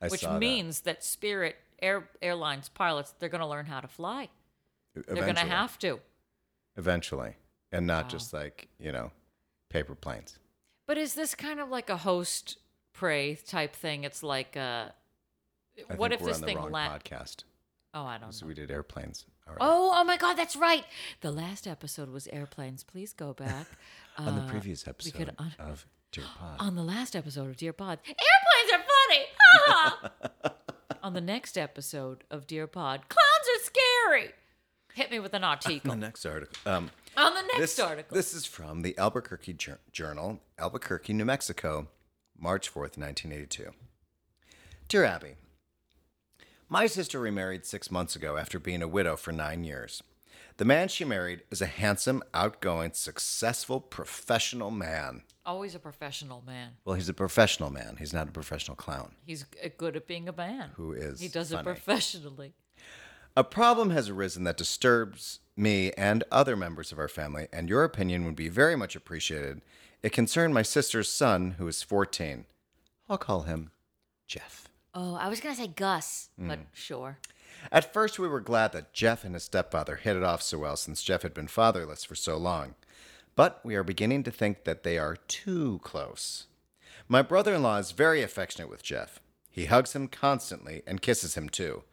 [SPEAKER 7] I
[SPEAKER 6] which
[SPEAKER 7] saw that.
[SPEAKER 6] means that Spirit Air Airlines pilots they're gonna learn how to fly. They're gonna
[SPEAKER 7] Eventually.
[SPEAKER 6] have to.
[SPEAKER 7] eventually, and not just like you know, paper planes.
[SPEAKER 6] But is this kind of like a host prey type thing? It's like, uh,
[SPEAKER 7] I
[SPEAKER 6] what
[SPEAKER 7] think
[SPEAKER 6] if
[SPEAKER 7] we're
[SPEAKER 6] this
[SPEAKER 7] on the
[SPEAKER 6] thing
[SPEAKER 7] wrong
[SPEAKER 6] la-
[SPEAKER 7] podcast?
[SPEAKER 6] Oh, I don't
[SPEAKER 7] So
[SPEAKER 6] know.
[SPEAKER 7] we did airplanes. All right.
[SPEAKER 6] Oh, oh my God, that's right. The last episode was airplanes. Please go back.
[SPEAKER 7] on the
[SPEAKER 6] Uh,
[SPEAKER 7] previous
[SPEAKER 6] we
[SPEAKER 7] episode
[SPEAKER 6] could un-
[SPEAKER 7] of uh, Dear Pod.
[SPEAKER 6] on the last episode of Dear Pod. Airplanes are funny. Ha ha. on the next episode of Dear Pod, clowns are scary. Hit me with an
[SPEAKER 7] The
[SPEAKER 6] article.
[SPEAKER 7] next article. Um,
[SPEAKER 6] on the next
[SPEAKER 7] this,
[SPEAKER 6] article.
[SPEAKER 7] This is from the Albuquerque Jour- Journal, Albuquerque, New Mexico, March 4th, 1982. Dear Abby, my sister remarried six months ago after being a widow for nine years. The man she married is a handsome, outgoing, successful professional man.
[SPEAKER 6] Always a professional man.
[SPEAKER 7] Well, he's a professional man. He's not a professional clown.
[SPEAKER 6] He's g- uh, good at being a man.
[SPEAKER 7] Who is
[SPEAKER 6] He does
[SPEAKER 7] funny.
[SPEAKER 6] it professionally.
[SPEAKER 7] A problem has arisen that disturbs me and other members of our family, and your opinion would be very much appreciated. It concerned my sister's son, who is 14. I'll call him Jeff.
[SPEAKER 6] Oh, I was gonna say Gus, but
[SPEAKER 7] Hmm.
[SPEAKER 6] sure.
[SPEAKER 7] At first, we were glad that Jeff and his stepfather hit it off so well since Jeff had been fatherless for so long. But we are beginning to think that they are too close. My brother in law is very affectionate with Jeff. He hugs him constantly and kisses him too.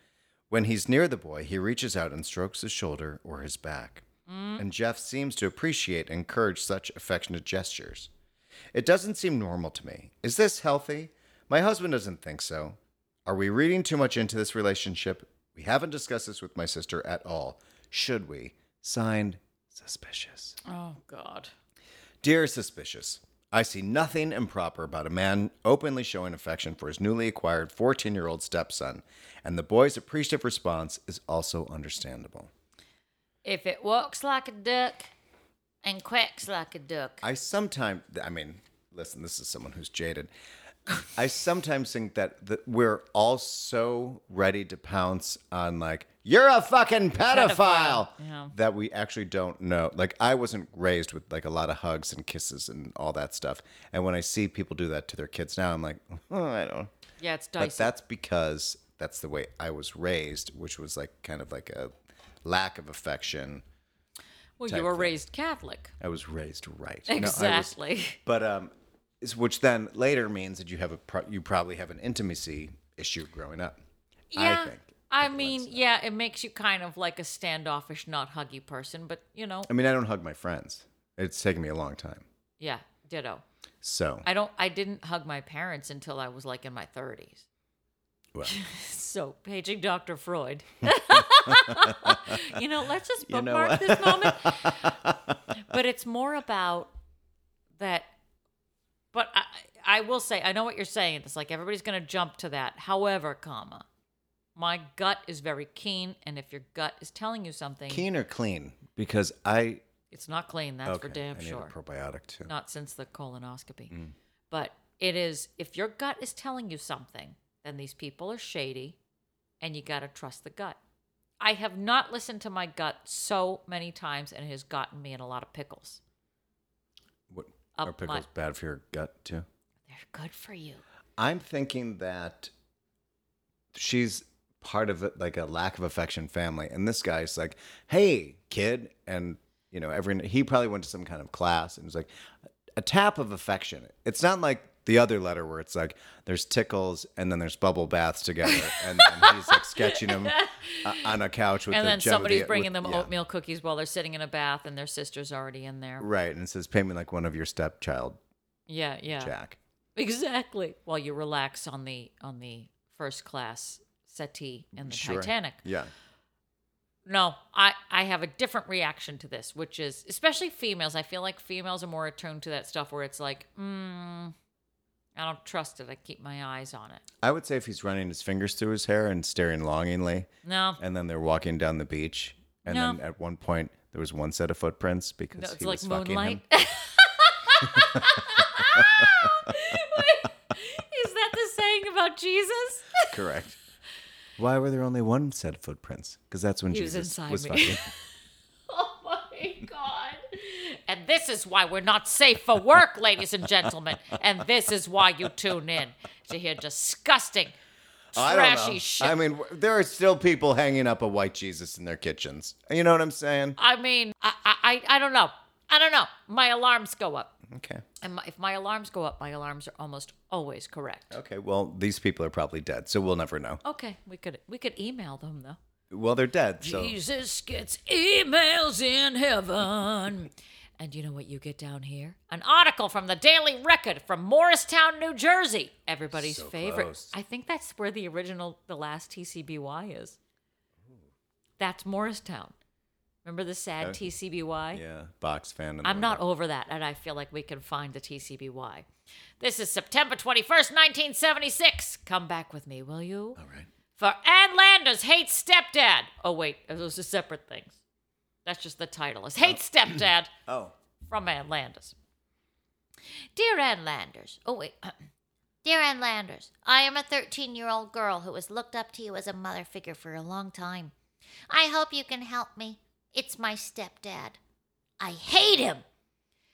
[SPEAKER 7] When he's near the boy, he reaches out and strokes his shoulder or his back. And Jeff seems to appreciate and encourage such affectionate gestures. It doesn't seem normal to me. Is this healthy? My husband doesn't think so. Are we reading too much into this relationship? We haven't discussed this with my sister at all. Should we? Signed, Suspicious.
[SPEAKER 6] Oh God.
[SPEAKER 7] Dear Suspicious, I see nothing improper about a man openly showing affection for his newly acquired 14 year old stepson, and the boy's appreciative response is also understandable.
[SPEAKER 6] If it walks like a duck and quacks like a duck.
[SPEAKER 7] I sometimes, I mean, listen, this is someone who's jaded. I sometimes think that the, we're all so ready to pounce on like you're a fucking pedophile,
[SPEAKER 6] yeah.
[SPEAKER 7] that we actually don't know. Like I wasn't raised with like a lot of hugs and kisses and all that stuff. And when I see people do that to their kids now, I'm like, oh, I don't.
[SPEAKER 6] yeah, it's
[SPEAKER 7] But
[SPEAKER 6] dicey.
[SPEAKER 7] that's because that's the way I was raised, which was like kind of like a lack of affection.
[SPEAKER 6] well, you were raised Catholic.
[SPEAKER 7] I was raised right. No, I was-
[SPEAKER 6] Exactly.
[SPEAKER 7] but um, is- which then later means that you have a pro- you probably have an intimacy issue growing up.
[SPEAKER 6] yeah.
[SPEAKER 7] I think.
[SPEAKER 6] I
[SPEAKER 7] uh,
[SPEAKER 6] mean, yeah, it makes you kind of like a standoffish, not huggy person, but you know,
[SPEAKER 7] I mean, I don't hug my friends. It's taken me a long time.
[SPEAKER 6] yeah, ditto.
[SPEAKER 7] So
[SPEAKER 6] I don't I didn't hug my parents until I was like in my 30s.
[SPEAKER 7] well,
[SPEAKER 6] So, paging Dr. Freud. you know, let's just
[SPEAKER 7] You know
[SPEAKER 6] bookmark this moment. But it's more about that. But I, I will say, I know what you're saying. It's like everybody's going to jump to that. However, comma, my gut is very keen. And if your gut is telling you something,
[SPEAKER 7] keen or clean because I
[SPEAKER 6] it's not clean. That's for
[SPEAKER 7] okay,
[SPEAKER 6] damn
[SPEAKER 7] I need
[SPEAKER 6] sure.
[SPEAKER 7] a probiotic too.
[SPEAKER 6] Not since the colonoscopy.
[SPEAKER 7] Mm.
[SPEAKER 6] But it is if your gut is telling you something, then these people are shady and you got to trust the gut. I have not listened to my gut so many times and it has gotten me in a lot of pickles.
[SPEAKER 7] What
[SPEAKER 6] Up
[SPEAKER 7] are pickles
[SPEAKER 6] my-
[SPEAKER 7] bad for your gut too?
[SPEAKER 6] They're good for you.
[SPEAKER 7] I'm thinking that she's part of like a lack of affection family, and this guy's like, "Hey, kid," and you know, every he probably went to some kind of class and was like, "A tap of affection." It's not like the other letter where it's like there's tickles and then there's bubble baths together, and then he's like sketching them uh, on a couch with
[SPEAKER 6] and
[SPEAKER 7] the
[SPEAKER 6] then
[SPEAKER 7] gem of
[SPEAKER 6] somebody's
[SPEAKER 7] the-
[SPEAKER 6] bringing
[SPEAKER 7] with-
[SPEAKER 6] them
[SPEAKER 7] yeah.
[SPEAKER 6] oatmeal cookies while they're sitting in a bath and their sister's already in there.
[SPEAKER 7] right? And it says, "Pay me like one of your stepchild,
[SPEAKER 6] Yeah, yeah.
[SPEAKER 7] Jack."
[SPEAKER 6] Exactly. While you relax on the on the first class settee in the
[SPEAKER 7] Sure.
[SPEAKER 6] Titanic.
[SPEAKER 7] Yeah,
[SPEAKER 6] No, I, I have a different reaction to this, which is especially females. I feel like females are more attuned to that stuff where it's like, mm, I don't trust it. I keep my eyes on it.
[SPEAKER 7] I would say if he's running his fingers through his hair and staring longingly.
[SPEAKER 6] No,
[SPEAKER 7] and then they're walking down the beach and
[SPEAKER 6] No.
[SPEAKER 7] then at one point there was one set of footprints because
[SPEAKER 6] no it's
[SPEAKER 7] he
[SPEAKER 6] like
[SPEAKER 7] was fucking
[SPEAKER 6] moonlight.
[SPEAKER 7] him.
[SPEAKER 6] is that the saying about Jesus?
[SPEAKER 7] correct why were there only one set of footprints because that's when
[SPEAKER 6] He was
[SPEAKER 7] jesus
[SPEAKER 6] inside me.
[SPEAKER 7] was fucking
[SPEAKER 6] Oh my God. And this is why we're not safe for work, ladies and gentlemen. And this is why you tune in to hear disgusting,
[SPEAKER 7] I don't
[SPEAKER 6] trashy
[SPEAKER 7] know.
[SPEAKER 6] shit.
[SPEAKER 7] I mean, w- there are still people hanging up a white Jesus in their kitchens. You know what I'm saying?
[SPEAKER 6] I mean, I, I, I I don't know. I don't know. My alarms go up.
[SPEAKER 7] Okay.
[SPEAKER 6] And my, if my alarms go up, my alarms are almost always correct.
[SPEAKER 7] Okay. Well, these people are probably dead, so we'll never know.
[SPEAKER 6] Okay, we could we could email them though.
[SPEAKER 7] Well, they're dead, so
[SPEAKER 6] Jesus gets emails in heaven. And you know what you get down here? An article from the Daily Record from Morristown, New Jersey. Everybody's
[SPEAKER 7] So
[SPEAKER 6] favorite.
[SPEAKER 7] close.
[SPEAKER 6] I think that's where the original, the last TCBY is. That's Morristown. Remember the sad
[SPEAKER 7] Uh,
[SPEAKER 6] TCBY?
[SPEAKER 7] Yeah, box fan. in the
[SPEAKER 6] I'm not
[SPEAKER 7] window.
[SPEAKER 6] over that, and I feel like we can find the TCBY. This is September 21st, 1976. Come back with me, will you?
[SPEAKER 7] All right.
[SPEAKER 6] For Ann Landers hates stepdad. Oh, wait, those are separate things. That's just the title. It's Hate Stepdad
[SPEAKER 7] Oh,
[SPEAKER 6] from Ann Landers. Dear Ann Landers, oh wait. Dear Ann Landers, I am a 13 year old girl who has looked up to you as a mother figure for a long time. I hope you can help me. It's my stepdad. I hate him.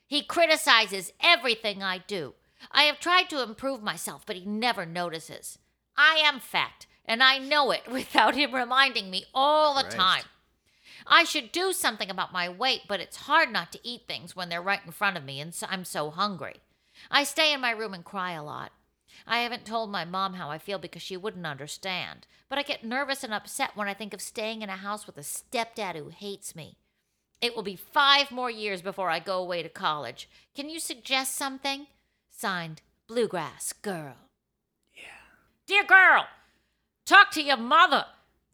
[SPEAKER 6] He criticizes everything I do. I have tried to improve myself, but he never notices. I am fat, and I know it without him reminding me all the
[SPEAKER 7] Christ.
[SPEAKER 6] time. I should do something about my weight, but it's hard not to eat things when they're right in front of me and so I'm so hungry. I stay in my room and cry a lot. I haven't told my mom how I feel because she wouldn't understand, but I get nervous and upset when I think of staying in a house with a stepdad who hates me. It will be five more years before I go away to college. Can you suggest something? Signed, Bluegrass Girl. Yeah. Dear girl, talk to your mother.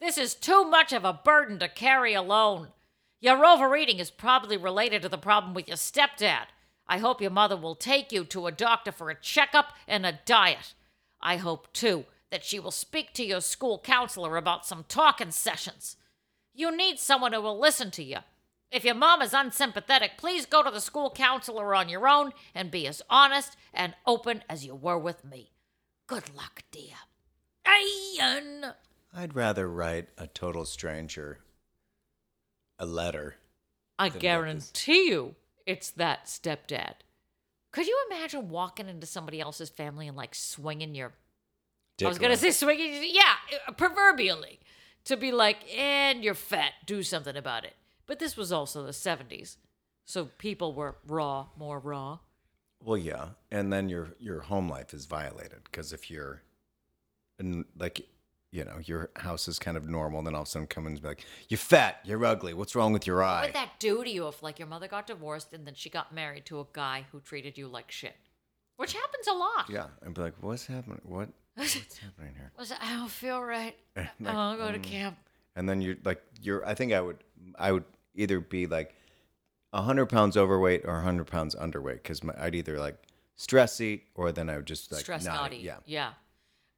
[SPEAKER 6] This is too much of a burden to carry alone. Your overeating is probably related to the problem with your stepdad. I hope your mother will take you to a doctor for a checkup and a diet. I hope, too, that she will speak to your school counselor about some talking sessions. You need someone who will listen to you. If your mom is unsympathetic, please go to the school counselor on your own and be as honest and open as you were with me. Good luck, dear. Ian!
[SPEAKER 7] I'd rather write a total stranger a letter.
[SPEAKER 6] I
[SPEAKER 7] Didn't get this.
[SPEAKER 6] guarantee you it's that stepdad. Could you imagine walking into somebody else's family and like swinging your. I was
[SPEAKER 7] Dick
[SPEAKER 6] going to say
[SPEAKER 7] letter.
[SPEAKER 6] swinging, yeah, uh, proverbially. To be like, and you're fat, do something about it. But this was also the 70s. So people were raw, more raw.
[SPEAKER 7] Well, yeah, and then your your home life is violated because if you're, and like, you know, your house is kind of normal, then all of a sudden come in and be like, "You're fat. You're ugly. What's wrong with your
[SPEAKER 6] What
[SPEAKER 7] eye?"
[SPEAKER 6] would that do to you if, like, your mother got divorced and then she got married to a guy who treated you like shit? Which happens a lot.
[SPEAKER 7] yeah, and be like, "What's happening? What what's happening here?"
[SPEAKER 6] Was I don't feel right. I
[SPEAKER 7] Like, mm.
[SPEAKER 6] want to go to camp.
[SPEAKER 7] And then you're like, you're. I think I would I would either be like, hundred pounds overweight or hundred pounds underweight because I'd either like stress eat or then I would just like
[SPEAKER 6] Stress
[SPEAKER 7] not
[SPEAKER 6] naughty.
[SPEAKER 7] eat. Yeah,
[SPEAKER 6] Yeah.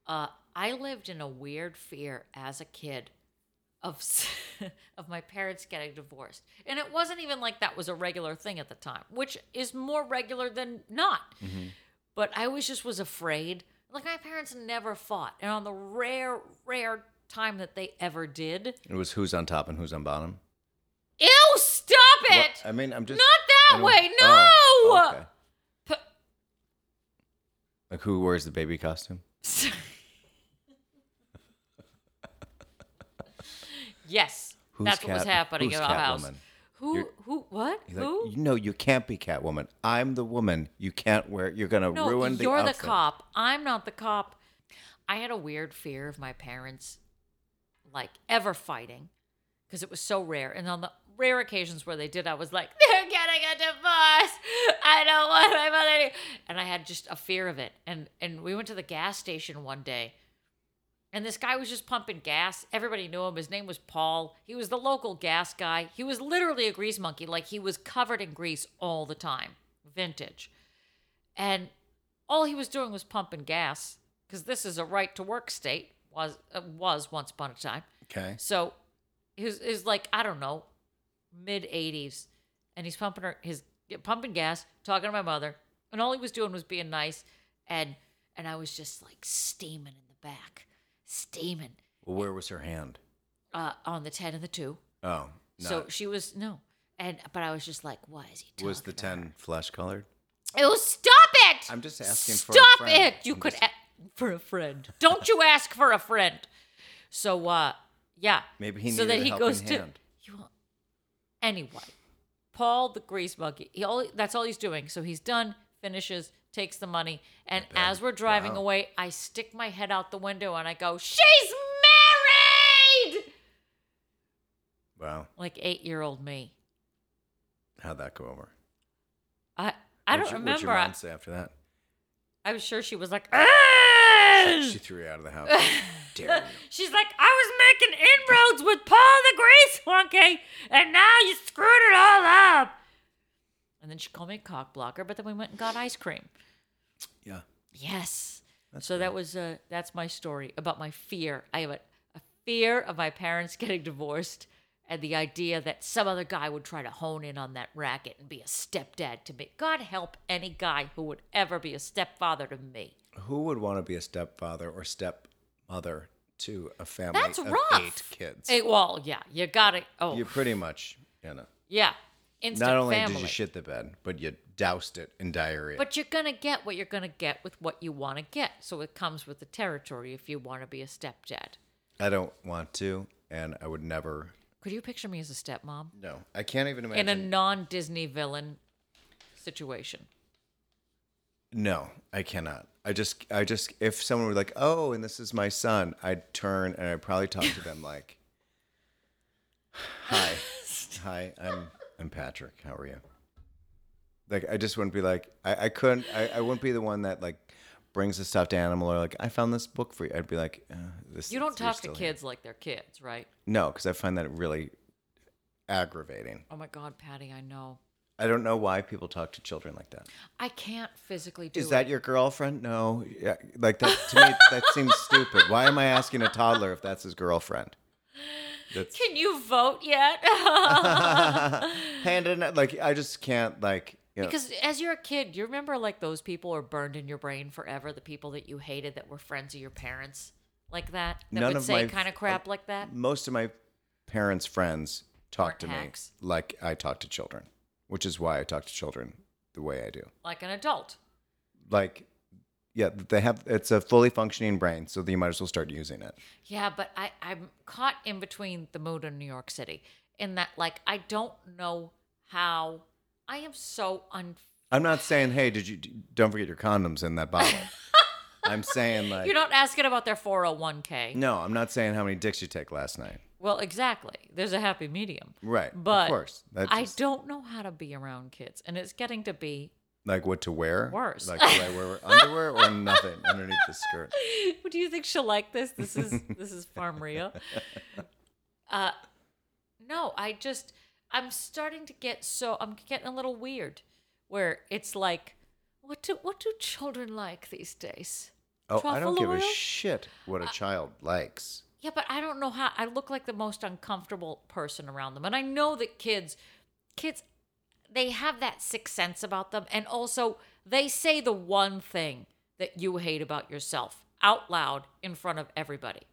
[SPEAKER 6] Uh, I lived in a weird fear as a kid of s- of my parents getting divorced. And it wasn't even like that was a regular thing at the time, which is more regular than not.
[SPEAKER 7] Mm-hmm.
[SPEAKER 6] But I always just was afraid. Like my parents never fought. And on the rare, rare time that they ever did,
[SPEAKER 7] it was who's on top and who's on bottom.
[SPEAKER 6] ew, stop
[SPEAKER 7] Well,
[SPEAKER 6] it!
[SPEAKER 7] I mean, I'm just
[SPEAKER 6] Not that
[SPEAKER 7] I don't-
[SPEAKER 6] way,
[SPEAKER 7] Oh,
[SPEAKER 6] no!
[SPEAKER 7] okay.
[SPEAKER 6] P-
[SPEAKER 7] Like who wears the baby costume?
[SPEAKER 6] yes,
[SPEAKER 7] Who's
[SPEAKER 6] that's what was
[SPEAKER 7] Cat-
[SPEAKER 6] happening
[SPEAKER 7] who's
[SPEAKER 6] in our house.
[SPEAKER 7] Catwoman?
[SPEAKER 6] Who?
[SPEAKER 7] You're-
[SPEAKER 6] who? What?
[SPEAKER 7] He's like,
[SPEAKER 6] who?
[SPEAKER 7] you know, you can't be Catwoman. I'm the woman. You can't wear. You're gonna
[SPEAKER 6] no,
[SPEAKER 7] ruin the.
[SPEAKER 6] you're the
[SPEAKER 7] outfit."
[SPEAKER 6] cop. I'm not the cop. I had a weird fear of my parents, like ever fighting, because it was so rare. And on the rare occasions where they did, I was like, "They're getting a divorce. I don't want my mother." to-" And I had just a fear of it. And and we went to the gas station one day. And this guy was just pumping gas. Everybody knew him. His name was Paul. He was the local gas guy. He was literally a grease monkey. Like he was covered in grease all the time. Vintage. And all he was doing was pumping gas because this is a right to work state was uh, was once upon a time.
[SPEAKER 7] Okay.
[SPEAKER 6] So his is like I don't know, mid eighties, and he's pumping her his pumping gas, talking to my mother, and all he was doing was being nice, and and I was just like steaming in the back, steaming
[SPEAKER 7] Well, where was her hand?
[SPEAKER 6] uh, on the ten and the two.
[SPEAKER 7] Oh, no.
[SPEAKER 6] So she was no, and but I was just like, why is he?
[SPEAKER 7] was the
[SPEAKER 6] talking to her?
[SPEAKER 7] ten flesh colored?
[SPEAKER 6] Oh, stop it!
[SPEAKER 7] I'm just asking for
[SPEAKER 6] stop
[SPEAKER 7] a friend.
[SPEAKER 6] it! You
[SPEAKER 7] I'm
[SPEAKER 6] could
[SPEAKER 7] just-
[SPEAKER 6] a- for a friend. Don't you ask for a friend? So, uh, yeah.
[SPEAKER 7] Maybe he
[SPEAKER 6] so
[SPEAKER 7] needed
[SPEAKER 6] that
[SPEAKER 7] a
[SPEAKER 6] he
[SPEAKER 7] helping
[SPEAKER 6] goes
[SPEAKER 7] hand.
[SPEAKER 6] to. You won't- anyway, Paul the grease monkey. He all that's all he's doing. So he's done, finishes, takes the money, and as we're driving away, I stick my head out the window and I go, "She's married!"
[SPEAKER 7] Wow,
[SPEAKER 6] Like eight year old me.
[SPEAKER 7] how'd that go over?
[SPEAKER 6] I don't
[SPEAKER 7] What'd you-
[SPEAKER 6] remember.
[SPEAKER 7] What'd your
[SPEAKER 6] I,
[SPEAKER 7] mom say after that?
[SPEAKER 6] I was sure she was like, "Ah!"
[SPEAKER 7] Uh, She threw you out of the house. Dare you.
[SPEAKER 6] She's like, I was making inroads with Paul the Grease Monkey, and now you screwed it all up. And then she called me a cock blocker, but then we went and got ice cream.
[SPEAKER 7] Yeah.
[SPEAKER 6] Yes. so that was uh, that's my story about my fear. I have a, a fear of my parents getting divorced and the idea that some other guy would try to hone in on that racket and be a stepdad to me. God help any guy who would ever be a stepfather to me.
[SPEAKER 7] Who would want to be a stepfather or stepmother to a family
[SPEAKER 6] That's
[SPEAKER 7] of
[SPEAKER 6] rough.
[SPEAKER 7] eight kids?
[SPEAKER 6] Eh, well, yeah, you gotta. Oh,
[SPEAKER 7] You pretty much, you know.
[SPEAKER 6] yeah. Instant
[SPEAKER 7] Not only
[SPEAKER 6] family.
[SPEAKER 7] did you shit the bed, but you doused it in diarrhea.
[SPEAKER 6] But you're going to get what you're going to get with what you want to get. So it comes with the territory if you want to be a stepdad.
[SPEAKER 7] I don't want to, and I would never.
[SPEAKER 6] Could you picture me as a stepmom
[SPEAKER 7] No, I can't even imagine.
[SPEAKER 6] in a non Disney villain situation?
[SPEAKER 7] No, I cannot. I just, I just, if someone were like, oh, and this is my son, I'd turn and I'd probably talk to them like, hi, hi, I'm, I'm Patrick. How are you? Like, I just wouldn't be like, I, I couldn't, I, I wouldn't be the one that like brings a stuffed animal or like, I found this book for you. I'd be like, uh, this
[SPEAKER 6] You don't
[SPEAKER 7] you're
[SPEAKER 6] talk to
[SPEAKER 7] still here."
[SPEAKER 6] kids like they're kids, right?
[SPEAKER 7] No, because I find that really aggravating.
[SPEAKER 6] Oh my God, Patty, I know.
[SPEAKER 7] I don't know why people talk to children like that.
[SPEAKER 6] I can't physically do
[SPEAKER 7] Is that
[SPEAKER 6] it.
[SPEAKER 7] your girlfriend? No. Yeah, like that to me that seems stupid. Why am I asking a toddler if that's his girlfriend? That's
[SPEAKER 6] Can you vote yet?
[SPEAKER 7] hand in like I just can't like you know,
[SPEAKER 6] Because as you're a kid, you remember like those people are burned in your brain forever, the people that you hated that were friends of your parents like that, that
[SPEAKER 7] None
[SPEAKER 6] would
[SPEAKER 7] of
[SPEAKER 6] say
[SPEAKER 7] my- uh,
[SPEAKER 6] kind of crap like that.
[SPEAKER 7] most of my parents' friends talk
[SPEAKER 6] Aren't
[SPEAKER 7] to
[SPEAKER 6] hacks.
[SPEAKER 7] me like I talk to children, which is why I talk to children the way I do.
[SPEAKER 6] like an adult.
[SPEAKER 7] Like yeah, they have it's a fully functioning brain, so you might as well start using it.
[SPEAKER 6] Yeah, but I, I'm caught in between the mood and New York City in that, like, I don't know how I am so un.
[SPEAKER 7] I'm not saying, hey, did you don't forget your condoms in that bottle? I'm saying like
[SPEAKER 6] You're not asking about their 401k.
[SPEAKER 7] No, I'm not saying how many dicks you take last night.
[SPEAKER 6] Well, exactly. There's a happy medium.
[SPEAKER 7] Right.
[SPEAKER 6] But
[SPEAKER 7] of course. That's
[SPEAKER 6] I
[SPEAKER 7] just-
[SPEAKER 6] don't know how to be around kids, and it's getting to be.
[SPEAKER 7] like what to wear.
[SPEAKER 6] Worse.
[SPEAKER 7] Like do I wear underwear or nothing underneath the skirt?
[SPEAKER 6] Do you think she'll like this? This is this is farm real. Uh, no, I just I'm starting to get so I'm getting a little weird, where it's like, what do what do children like these days?
[SPEAKER 7] Oh, I
[SPEAKER 6] Truffle
[SPEAKER 7] don't give a
[SPEAKER 6] oil?
[SPEAKER 7] shit what a child likes.
[SPEAKER 6] Yeah, but I don't know how I look like the most uncomfortable person around them. And I know that kids kids they have that sixth sense about them and also they say the one thing that you hate about yourself out loud in front of everybody.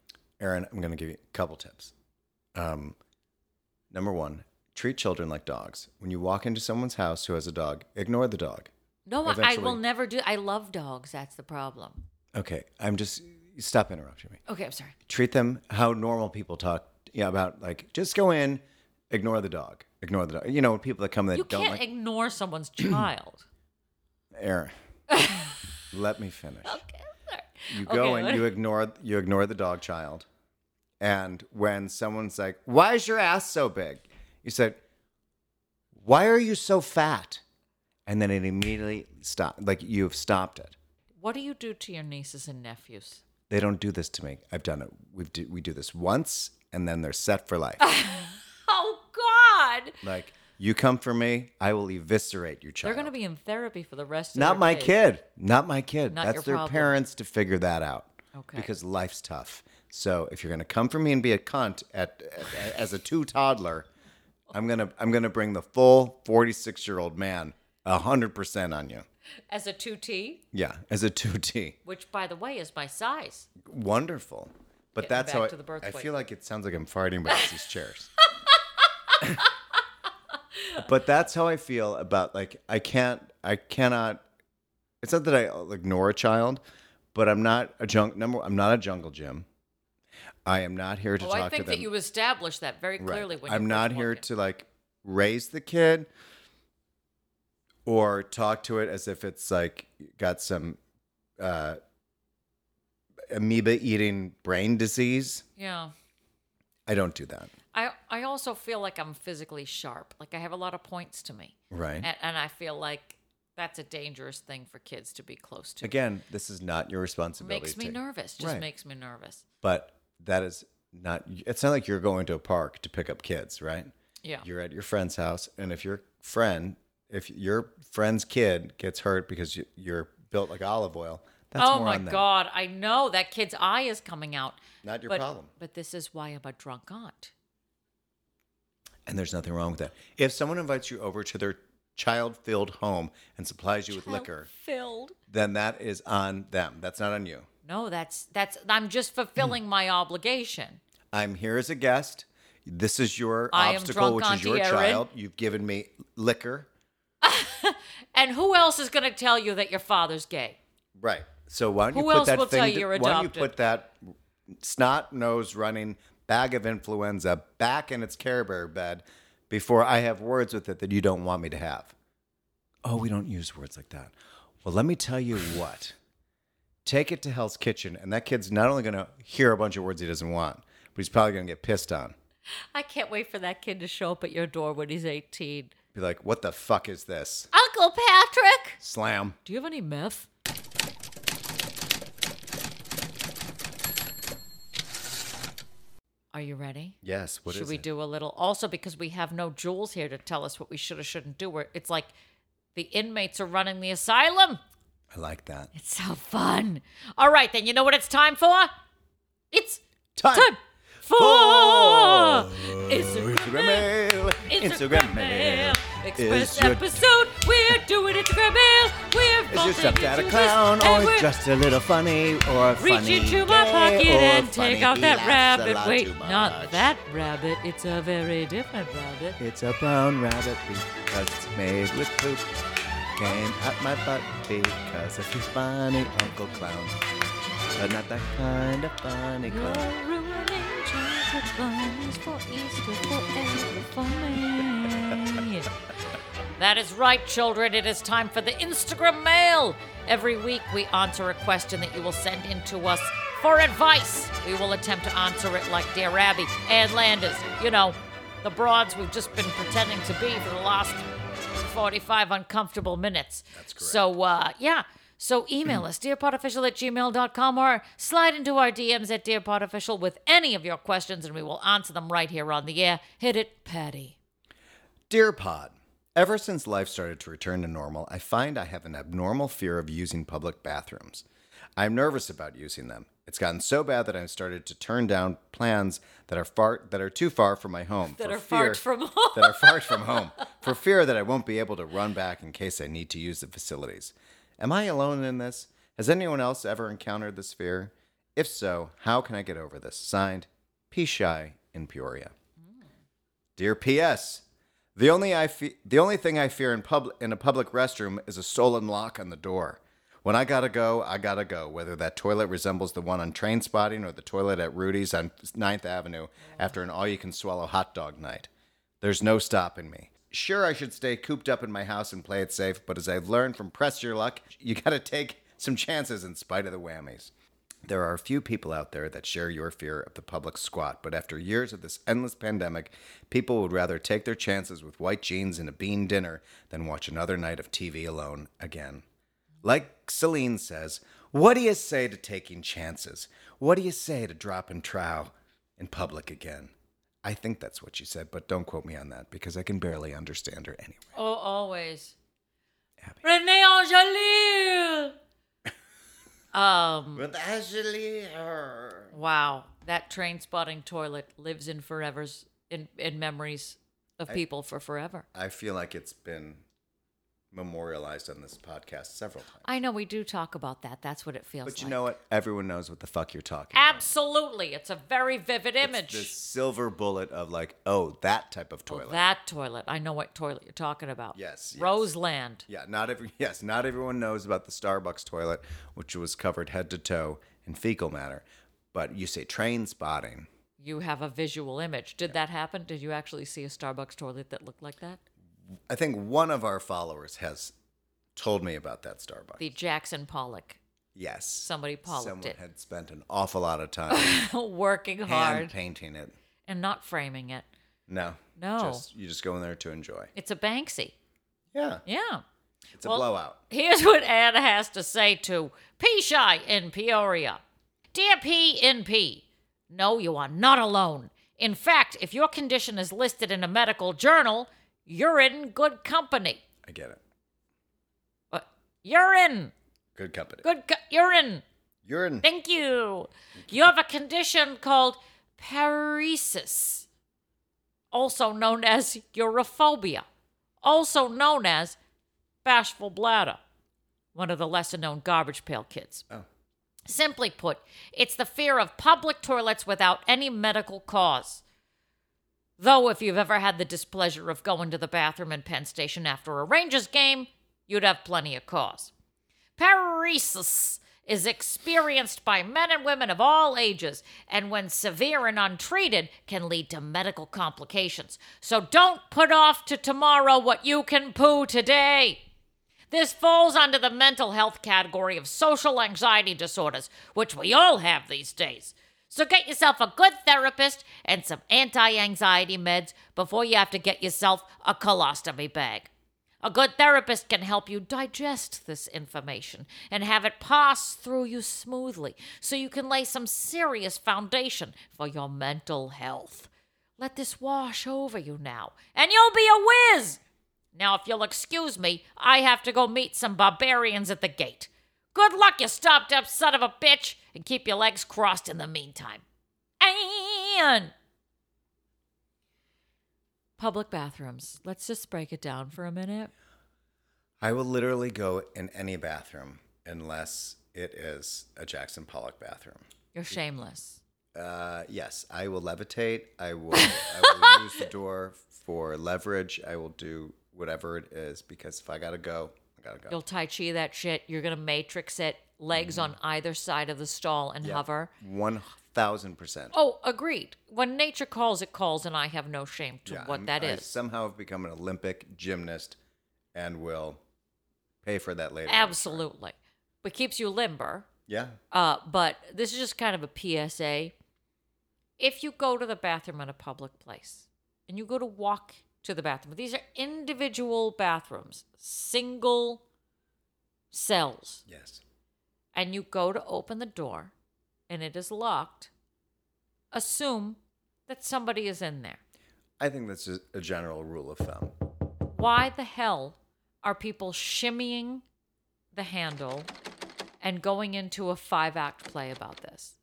[SPEAKER 7] Aaron, I'm going to give you a couple tips. Um, number one, treat children like dogs. When you walk into someone's house who has a dog, ignore the dog.
[SPEAKER 6] No, I, I will
[SPEAKER 7] Eventually-
[SPEAKER 6] never do I love dogs, that's the problem.
[SPEAKER 7] Okay, I'm just stop interrupting me.
[SPEAKER 6] Okay, I'm sorry.
[SPEAKER 7] treat them how normal people talk yeah, about like just go in ignore the dog ignore the dog you know people that come that
[SPEAKER 6] you
[SPEAKER 7] don't
[SPEAKER 6] can't
[SPEAKER 7] like
[SPEAKER 6] ignore someone's child.
[SPEAKER 7] aaron let me finish
[SPEAKER 6] Okay, I'm sorry.
[SPEAKER 7] you go
[SPEAKER 6] Okay,
[SPEAKER 7] in you ignore you ignore the dog child and when someone's like why is your ass so big you said why are you so fat and then it immediately stopped like you've stopped it
[SPEAKER 6] What do you do to your nieces and nephews?
[SPEAKER 7] they don't do this to me i've done it We've do, we do this once and then they're set for life
[SPEAKER 6] Oh God.
[SPEAKER 7] Like you come for me, I will eviscerate your child.
[SPEAKER 6] They're gonna be in therapy for the rest of
[SPEAKER 7] not
[SPEAKER 6] their
[SPEAKER 7] my
[SPEAKER 6] days.
[SPEAKER 7] kid, not my kid.
[SPEAKER 6] Not your
[SPEAKER 7] That's their
[SPEAKER 6] problem.
[SPEAKER 7] parents to figure that out.
[SPEAKER 6] Okay.
[SPEAKER 7] Because life's tough. So if you're gonna come for me and be a cunt at, at- as a two toddler, I'm gonna I'm gonna bring the full 46 year old man hundred percent on you.
[SPEAKER 6] As a two T,
[SPEAKER 7] Yeah, as a two T.
[SPEAKER 6] which by the way is my size.
[SPEAKER 7] Wonderful. But
[SPEAKER 6] Getting
[SPEAKER 7] that's
[SPEAKER 6] back
[SPEAKER 7] how
[SPEAKER 6] to
[SPEAKER 7] I,
[SPEAKER 6] the birth
[SPEAKER 7] I
[SPEAKER 6] weight.
[SPEAKER 7] feel like it sounds like I'm farting about these chairs. but that's how I feel about like I can't I cannot it's not that I ignore a child, but I'm not a junk number I'm not a jungle gym. I am not here to
[SPEAKER 6] Oh,
[SPEAKER 7] talk
[SPEAKER 6] I think
[SPEAKER 7] to them.
[SPEAKER 6] that you established that very
[SPEAKER 7] Right.
[SPEAKER 6] clearly when you
[SPEAKER 7] I'm
[SPEAKER 6] first
[SPEAKER 7] not
[SPEAKER 6] walked
[SPEAKER 7] here
[SPEAKER 6] in.
[SPEAKER 7] to like raise the kid or talk to it as if it's like got some uh, amoeba eating brain disease.
[SPEAKER 6] Yeah.
[SPEAKER 7] I don't do that.
[SPEAKER 6] I I also feel like I'm physically sharp. Like I have a lot of points to me.
[SPEAKER 7] Right.
[SPEAKER 6] And, and I feel like That's a dangerous thing for kids to be close to.
[SPEAKER 7] Again, this is not your responsibility.
[SPEAKER 6] makes me
[SPEAKER 7] to-
[SPEAKER 6] nervous. Just
[SPEAKER 7] Right.
[SPEAKER 6] makes me nervous.
[SPEAKER 7] But that is not. It's not like you're going to a park to pick up kids, right?
[SPEAKER 6] Yeah.
[SPEAKER 7] You're at your friend's house, and if your friend, if your friend's kid gets hurt because you, you're built like olive oil, that's
[SPEAKER 6] oh
[SPEAKER 7] more
[SPEAKER 6] my
[SPEAKER 7] on them.
[SPEAKER 6] god, I know that kid's eye is coming out.
[SPEAKER 7] Not your
[SPEAKER 6] but,
[SPEAKER 7] problem.
[SPEAKER 6] But this is why I'm a drunk aunt.
[SPEAKER 7] And there's nothing wrong with that. If someone invites you over to their child-filled home and supplies you with liquor,
[SPEAKER 6] filled.
[SPEAKER 7] then that is on them. That's not on you.
[SPEAKER 6] No, that's that's I'm just fulfilling my obligation.
[SPEAKER 7] I'm here as a guest. This is your
[SPEAKER 6] I am
[SPEAKER 7] obstacle,
[SPEAKER 6] drunk,
[SPEAKER 7] which is
[SPEAKER 6] Auntie
[SPEAKER 7] your
[SPEAKER 6] Erin.
[SPEAKER 7] child. You've given me liquor.
[SPEAKER 6] And who else is going to tell you that your father's gay?
[SPEAKER 7] Right. So why don't you
[SPEAKER 6] Who
[SPEAKER 7] put
[SPEAKER 6] else
[SPEAKER 7] that
[SPEAKER 6] will
[SPEAKER 7] thing?
[SPEAKER 6] tell you you're
[SPEAKER 7] why don't
[SPEAKER 6] adopted?
[SPEAKER 7] you put that snot nose running bag of influenza back in its Care Bear bed before I have words with it that you don't want me to have? Oh, we don't use words like that. Well, let me tell you what. Take it to Hell's Kitchen, and that kid's not only going to hear a bunch of words he doesn't want, but he's probably going to get pissed on.
[SPEAKER 6] I can't wait for that kid to show up at your door when he's 18.
[SPEAKER 7] Be like, "What the fuck is this?"
[SPEAKER 6] Uncle Patrick,
[SPEAKER 7] Slam.
[SPEAKER 6] do you have any meth? Are you ready?
[SPEAKER 7] Yes. What is
[SPEAKER 6] should we
[SPEAKER 7] it?
[SPEAKER 6] do a little? Also, because we have no Jules here to tell us what we should or shouldn't do. We're, it's like the inmates are running the asylum.
[SPEAKER 7] I like that.
[SPEAKER 6] It's so fun. All right, then you know what it's time for? It's
[SPEAKER 7] Time.
[SPEAKER 6] time for Instagram mail.
[SPEAKER 7] Instagram,
[SPEAKER 6] Instagram mail. Express
[SPEAKER 7] is your
[SPEAKER 6] episode. We're doing Instagram mail. We're
[SPEAKER 7] Is your
[SPEAKER 6] vaulting
[SPEAKER 7] stepdad a
[SPEAKER 6] into
[SPEAKER 7] clown
[SPEAKER 6] this, and
[SPEAKER 7] or
[SPEAKER 6] we're-
[SPEAKER 7] just a little funny or
[SPEAKER 6] Reach
[SPEAKER 7] funny?
[SPEAKER 6] into my
[SPEAKER 7] gay
[SPEAKER 6] pocket
[SPEAKER 7] or
[SPEAKER 6] and
[SPEAKER 7] funny?
[SPEAKER 6] take out
[SPEAKER 7] He
[SPEAKER 6] that
[SPEAKER 7] laughs a
[SPEAKER 6] rabbit.
[SPEAKER 7] lot
[SPEAKER 6] Wait,
[SPEAKER 7] too much.
[SPEAKER 6] not that rabbit. It's a very different rabbit.
[SPEAKER 7] It's a brown rabbit because it's made with poop. Came up my butt because it's a funny Uncle Clown. But not that kind of funny
[SPEAKER 6] You're
[SPEAKER 7] clown.
[SPEAKER 6] ruining Jesus' plans for Easter forever for me. that is right, children. It is time for the Instagram mail. Every week we answer a question that you will send in to us for advice. We will attempt to answer it like Dear Abby and Landers. You know, the broads we've just been pretending to be for the last 45 uncomfortable minutes. That's correct. So, uh, yeah. So email us, dearpodofficial at gmail.com, or slide into our DMs at dearpodofficial with any of your questions, and we will answer them right here on the air. Hit it, Patty.
[SPEAKER 7] Dear Pod, ever since life started to return to normal, I find I have an abnormal fear of using public bathrooms. I'm nervous about using them. It's gotten so bad that I've started to turn down plans that are far that are too far from my home.
[SPEAKER 6] That
[SPEAKER 7] for
[SPEAKER 6] are far from home.
[SPEAKER 7] that are far from home for fear that I won't be able to run back in case I need to use the facilities. Am I alone in this? Has anyone else ever encountered this fear? If so, how can I get over this? Signed, P. Shy in Peoria.
[SPEAKER 6] Mm.
[SPEAKER 7] Dear P.S. The only I fe- the only thing I fear in public in a public restroom is a stolen lock on the door. When I gotta go, I gotta go. Whether that toilet resembles the one on Train Spotting or the toilet at Rudy's on 9th Avenue after an all-you-can-swallow hot dog night, there's no stopping me. Sure, I should stay cooped up in my house and play it safe, but as I've learned from Press Your Luck, you gotta take some chances in spite of the whammies. There are a few people out there that share your fear of the public squat, but after years of this endless pandemic, people would rather take their chances with white jeans and a bean dinner than watch another night of TV alone again. Like Celine says, what do you say to taking chances? What do you say to dropping trow in public again? I think that's what she said, but don't quote me on that because I can barely understand her anyway.
[SPEAKER 6] Oh, always.
[SPEAKER 7] Abby.
[SPEAKER 6] Renee Angelique. um,
[SPEAKER 7] But actually, her.
[SPEAKER 6] wow. That train spotting toilet lives in forever's, in, in memories of people for forever.
[SPEAKER 7] I feel like it's been memorialized on this podcast several times.
[SPEAKER 6] I know we do talk about that. That's what it feels
[SPEAKER 7] But you
[SPEAKER 6] like.
[SPEAKER 7] know what? Everyone knows what the fuck you're talking
[SPEAKER 6] Absolutely. It's a very vivid
[SPEAKER 7] about.
[SPEAKER 6] image.
[SPEAKER 7] It's the silver bullet of like, oh, that type of toilet.
[SPEAKER 6] Oh, that toilet. I know what toilet you're talking about.
[SPEAKER 7] Yes, yes.
[SPEAKER 6] Roseland.
[SPEAKER 7] yeah, not every yes, not everyone knows about the Starbucks toilet, which was covered head to toe in fecal matter. But you say train spotting.
[SPEAKER 6] You have a visual image. Did that happen? Did you actually see a Starbucks toilet that looked like that?
[SPEAKER 7] I think one of our followers has told me about that Starbucks.
[SPEAKER 6] The Jackson Pollock.
[SPEAKER 7] yes.
[SPEAKER 6] somebody polyped
[SPEAKER 7] Someone
[SPEAKER 6] it.
[SPEAKER 7] had spent an awful lot of time
[SPEAKER 6] Working
[SPEAKER 7] hand
[SPEAKER 6] hard
[SPEAKER 7] painting it.
[SPEAKER 6] and not framing it.
[SPEAKER 7] No.
[SPEAKER 6] No.
[SPEAKER 7] Just, you just go in there to enjoy.
[SPEAKER 6] It's a Banksy.
[SPEAKER 7] Yeah.
[SPEAKER 6] Yeah.
[SPEAKER 7] It's a blowout.
[SPEAKER 6] Here's what Anna has to say to P Shy in Peoria. Dear PNP, no, you are not alone. In fact, if your condition is listed in a medical journal, you're in good company.
[SPEAKER 7] I get it.
[SPEAKER 6] Uh, You're in
[SPEAKER 7] Good company.
[SPEAKER 6] good. Co- you're in.
[SPEAKER 7] You're in.
[SPEAKER 6] Thank you. You have a condition called paresis, also known as urophobia, also known as bashful bladder, one of the lesser known garbage pail kids.
[SPEAKER 7] Oh.
[SPEAKER 6] Simply put, it's the fear of public toilets without any medical cause. Though, if you've ever had the displeasure of going to the bathroom in Penn Station after a Rangers game, you'd have plenty of cause. Paresis is experienced by men and women of all ages, and when severe and untreated, can lead to medical complications. So don't put off to tomorrow what you can poo today. This falls under the mental health category of social anxiety disorders, which we all have these days. So get yourself a good therapist and some anti anxiety meds before you have to get yourself a colostomy bag. A good therapist can help you digest this information and have it pass through you smoothly so you can lay some serious foundation for your mental health. Let this wash over you now, and you'll be a whiz! Now, if you'll excuse me, I have to go meet some barbarians at the gate. Good luck, you stopped up son of a bitch, and keep your legs crossed in the meantime. And public bathrooms. Let's just break it down for a minute.
[SPEAKER 7] I will literally go in any bathroom unless it is a Jackson Pollock bathroom.
[SPEAKER 6] You're shameless.
[SPEAKER 7] Uh, yes, I will levitate. I will, I will use the door for leverage. I will do whatever it is because if I gotta go, I gotta go.
[SPEAKER 6] You'll Tai Chi that shit. You're going to matrix it, legs
[SPEAKER 7] Mm-hmm.
[SPEAKER 6] on either side of the stall and hover.
[SPEAKER 7] One thousand percent.
[SPEAKER 6] Oh, agreed. When nature calls, it calls, and I have no shame to what that is.
[SPEAKER 7] I somehow have become an Olympic gymnast, and will pay for that later.
[SPEAKER 6] Absolutely. But keeps you limber.
[SPEAKER 7] Yeah.
[SPEAKER 6] Uh, but this is just kind of a PSA. If you go to the bathroom in a public place and you go to walk to the bathroom, these are individual bathrooms, single cells,
[SPEAKER 7] Yes.
[SPEAKER 6] and you go to open the door and it is locked, assume that somebody is in there.
[SPEAKER 7] I think that's a, a general rule of thumb.
[SPEAKER 6] why the hell are people shimmying the handle and going into a five act play about this?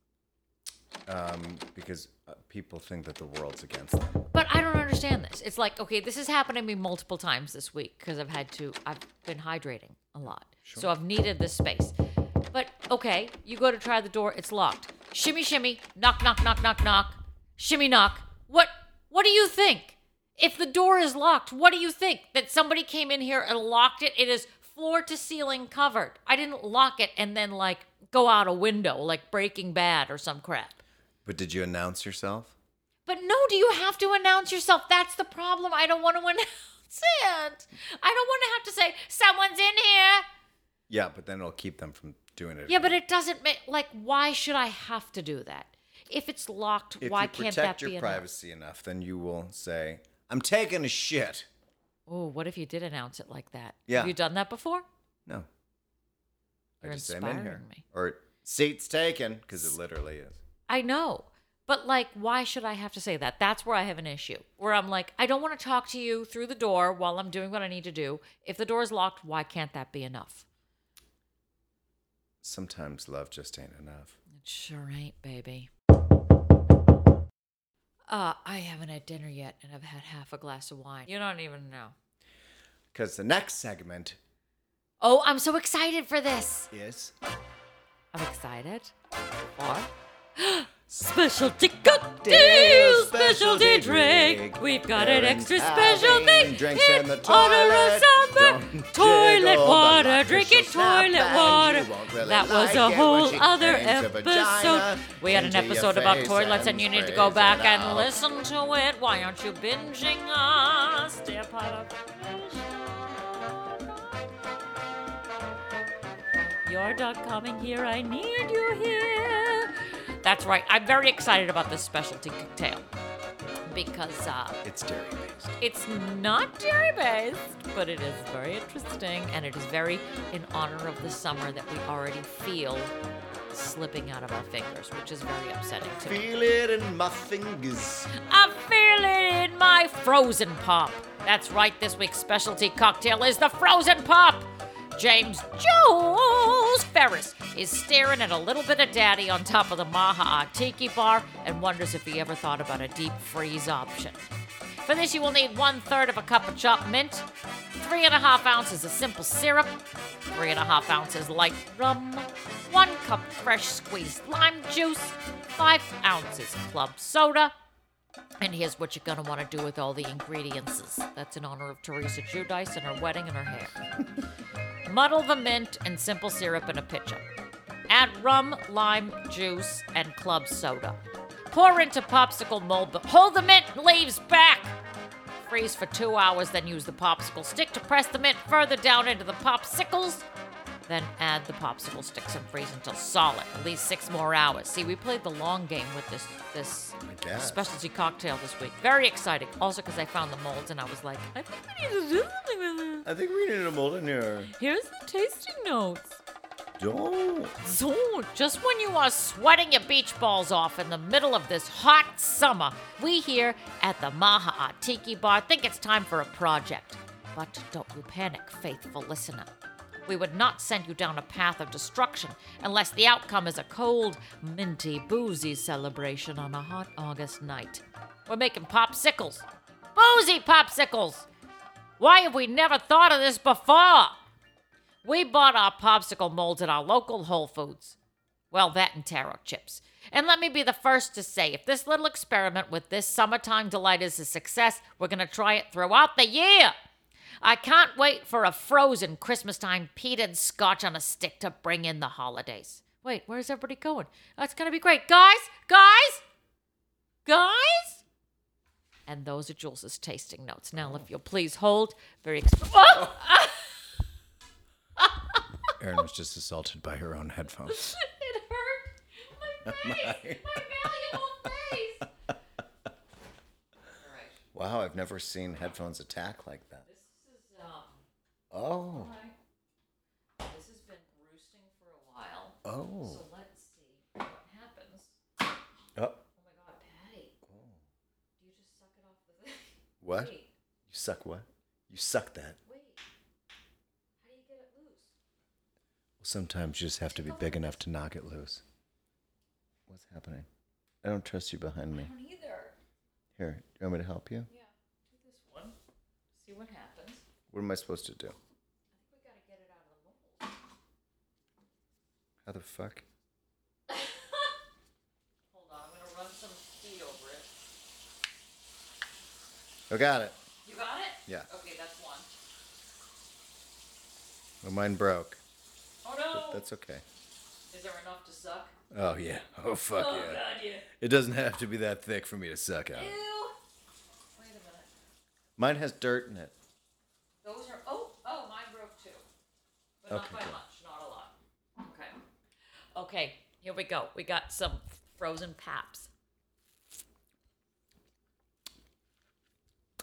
[SPEAKER 7] Um, because uh, people think that the world's against them.
[SPEAKER 6] But I don't understand this. It's like, okay, this has happened to me multiple times this week because I've had to, I've been hydrating a lot. So I've needed this space. But okay, you go to try the door, it's locked. Shimmy, shimmy, knock, knock, knock, knock, knock, shimmy, knock. What, what do you think? If the door is locked, what do you think? That somebody came in here and locked it? It is floor to ceiling covered. I didn't lock it and then like go out a window like Breaking Bad or some crap.
[SPEAKER 7] But did you announce yourself?
[SPEAKER 6] But no, do you have to announce yourself? That's the problem. I don't want to announce it. I don't want to have to say, someone's in here.
[SPEAKER 7] Yeah, but then it'll keep them from doing it.
[SPEAKER 6] Yeah, but it doesn't make, like, why should I have to do that? If it's locked,
[SPEAKER 7] if
[SPEAKER 6] why
[SPEAKER 7] you
[SPEAKER 6] can't
[SPEAKER 7] protect
[SPEAKER 6] that
[SPEAKER 7] your
[SPEAKER 6] be announced?
[SPEAKER 7] privacy enough, then you will say, "I'm taking a shit."
[SPEAKER 6] Oh, what if you did announce it like that?
[SPEAKER 7] Yeah.
[SPEAKER 6] Have you done that before?
[SPEAKER 7] No.
[SPEAKER 6] You're
[SPEAKER 7] I just say I'm in here.
[SPEAKER 6] inspiring me.
[SPEAKER 7] Or seats taken, because it literally is.
[SPEAKER 6] I know. But like, why should I have to say that? That's where I have an issue. Where I'm like, I don't want to talk to you through the door while I'm doing what I need to do. If the door is locked, why can't that be enough?
[SPEAKER 7] Sometimes love just ain't enough.
[SPEAKER 6] It sure ain't, baby. Uh, I haven't had dinner yet, and I've had half a glass of wine. You don't even know.
[SPEAKER 7] Because the next segment
[SPEAKER 6] Oh, I'm so excited for this.
[SPEAKER 7] is
[SPEAKER 6] I'm excited. For specialty cocktail,
[SPEAKER 7] Cocktail,
[SPEAKER 6] specialty
[SPEAKER 7] specialty
[SPEAKER 6] drink.
[SPEAKER 7] drink.
[SPEAKER 6] We've got an
[SPEAKER 7] Parents
[SPEAKER 6] extra
[SPEAKER 7] having
[SPEAKER 6] special thing.
[SPEAKER 7] drinks in the
[SPEAKER 6] honor of
[SPEAKER 7] toilet.
[SPEAKER 6] summer.
[SPEAKER 7] Don't
[SPEAKER 6] Toilet
[SPEAKER 7] jiggle the
[SPEAKER 6] water,
[SPEAKER 7] lock,
[SPEAKER 6] drink it
[SPEAKER 7] it's a
[SPEAKER 6] toilet
[SPEAKER 7] snap-bang.
[SPEAKER 6] water.
[SPEAKER 7] You won't really
[SPEAKER 6] That was
[SPEAKER 7] like
[SPEAKER 6] a
[SPEAKER 7] it
[SPEAKER 6] whole
[SPEAKER 7] when she
[SPEAKER 6] other
[SPEAKER 7] drains her
[SPEAKER 6] episode.
[SPEAKER 7] vagina
[SPEAKER 6] We had an
[SPEAKER 7] into your
[SPEAKER 6] episode about
[SPEAKER 7] face
[SPEAKER 6] toilets, and
[SPEAKER 7] and
[SPEAKER 6] you need to
[SPEAKER 7] sprays
[SPEAKER 6] go
[SPEAKER 7] it
[SPEAKER 6] back and
[SPEAKER 7] out.
[SPEAKER 6] listen to it. Why aren't you binging us? Dear Pilot? You're not coming here. I need you here. That's right. I'm very excited about this specialty cocktail. because uh,
[SPEAKER 7] It's dairy based.
[SPEAKER 6] it's not dairy based, but it is very interesting and it is very in honor of the summer that we already feel slipping out of our fingers, which is very upsetting to me.
[SPEAKER 7] Feel it in my fingers.
[SPEAKER 6] I feel it in my frozen pop. That's right, this week's specialty cocktail is the frozen pop. James Jules Ferris is staring at a little bit of daddy on top of the Maha Tiki bar and wonders if he ever thought about a deep freeze option. For this, you will need one third of a cup of chopped mint, three and a half ounces of simple syrup, three and a half ounces light rum, one cup fresh squeezed lime juice, five ounces club soda, and here's what you're going to want to do with all the ingredients. That's in honor of Teresa Judice and her wedding and her hair. Muddle the mint and simple syrup in a pitcher. Add rum, lime juice, and club soda. Pour into popsicle mold, but hold the mint leaves back. Freeze for two hours, then use the popsicle stick to press the mint further down into the popsicles. Then add the popsicle sticks and freeze until solid, at least six more hours. See, we played the long game with this this
[SPEAKER 7] guess.
[SPEAKER 6] specialty cocktail this week. Very exciting. Also, because I found the molds and I was like, I think we need to do something with it.
[SPEAKER 7] I think we need a mold in here.
[SPEAKER 6] Here's the tasting notes.
[SPEAKER 7] Don't.
[SPEAKER 6] So, just when you are sweating your beach balls off in the middle of this hot summer, we here at the Maha Tiki Bar think it's time for a project. But don't you panic, faithful listener. We would not send you down a path of destruction unless the outcome is a cold, minty, boozy celebration on a hot August night. We're making popsicles. Boozy popsicles! Why have we never thought of this before? We bought our popsicle molds at our local Whole Foods. Well, that and taro chips. And let me be the first to say if this little experiment with this summertime delight is a success, we're going to try it throughout the year. I can't wait for a frozen Christmas time peated scotch on a stick to bring in the holidays. Wait, where's everybody going? That's going to be great. Guys, guys, guys. And those are Jules's tasting notes. Now, if you'll please hold, very. Ex- Oh!
[SPEAKER 7] Erin was just assaulted by her own headphones.
[SPEAKER 6] It hurt my face, my valuable face.
[SPEAKER 7] Wow, I've never seen headphones attack like that.
[SPEAKER 6] um,
[SPEAKER 7] Oh,
[SPEAKER 6] This has been roosting for a while,
[SPEAKER 7] oh,
[SPEAKER 6] so let's see what happens.
[SPEAKER 7] oh.
[SPEAKER 6] Oh my god, Patty! Do you just suck it off the thing?
[SPEAKER 7] What? You
[SPEAKER 6] Wait,
[SPEAKER 7] suck what? You suck that.
[SPEAKER 6] wait. How do you get it loose?
[SPEAKER 7] Sometimes you just have to be big enough to knock it loose. What's happening? I don't trust you behind me.
[SPEAKER 6] I don't either.
[SPEAKER 7] Here, you want me to help you?
[SPEAKER 6] Yeah, do this one. See what happens.
[SPEAKER 7] What am I supposed to do?
[SPEAKER 6] We gotta get it out of the mold.
[SPEAKER 7] How the fuck?
[SPEAKER 6] Hold on, I'm gonna run some heat over it.
[SPEAKER 7] I Oh, got it.
[SPEAKER 6] You got it?
[SPEAKER 7] Yeah.
[SPEAKER 6] Okay, that's one.
[SPEAKER 7] Well, mine broke.
[SPEAKER 6] Oh no!
[SPEAKER 7] That's okay.
[SPEAKER 6] Is there enough to suck?
[SPEAKER 7] Oh yeah. Oh fuck
[SPEAKER 6] Oh
[SPEAKER 7] yeah.
[SPEAKER 6] god, yeah.
[SPEAKER 7] It doesn't have to be that thick for me to suck out.
[SPEAKER 6] Ew.
[SPEAKER 7] of.
[SPEAKER 6] Wait a minute.
[SPEAKER 7] Mine has dirt in it.
[SPEAKER 6] Those are oh oh mine broke too, but
[SPEAKER 7] Okay,
[SPEAKER 6] not by
[SPEAKER 7] good.
[SPEAKER 6] much, not a lot. Okay. Okay. Here we go. We got some frozen paps.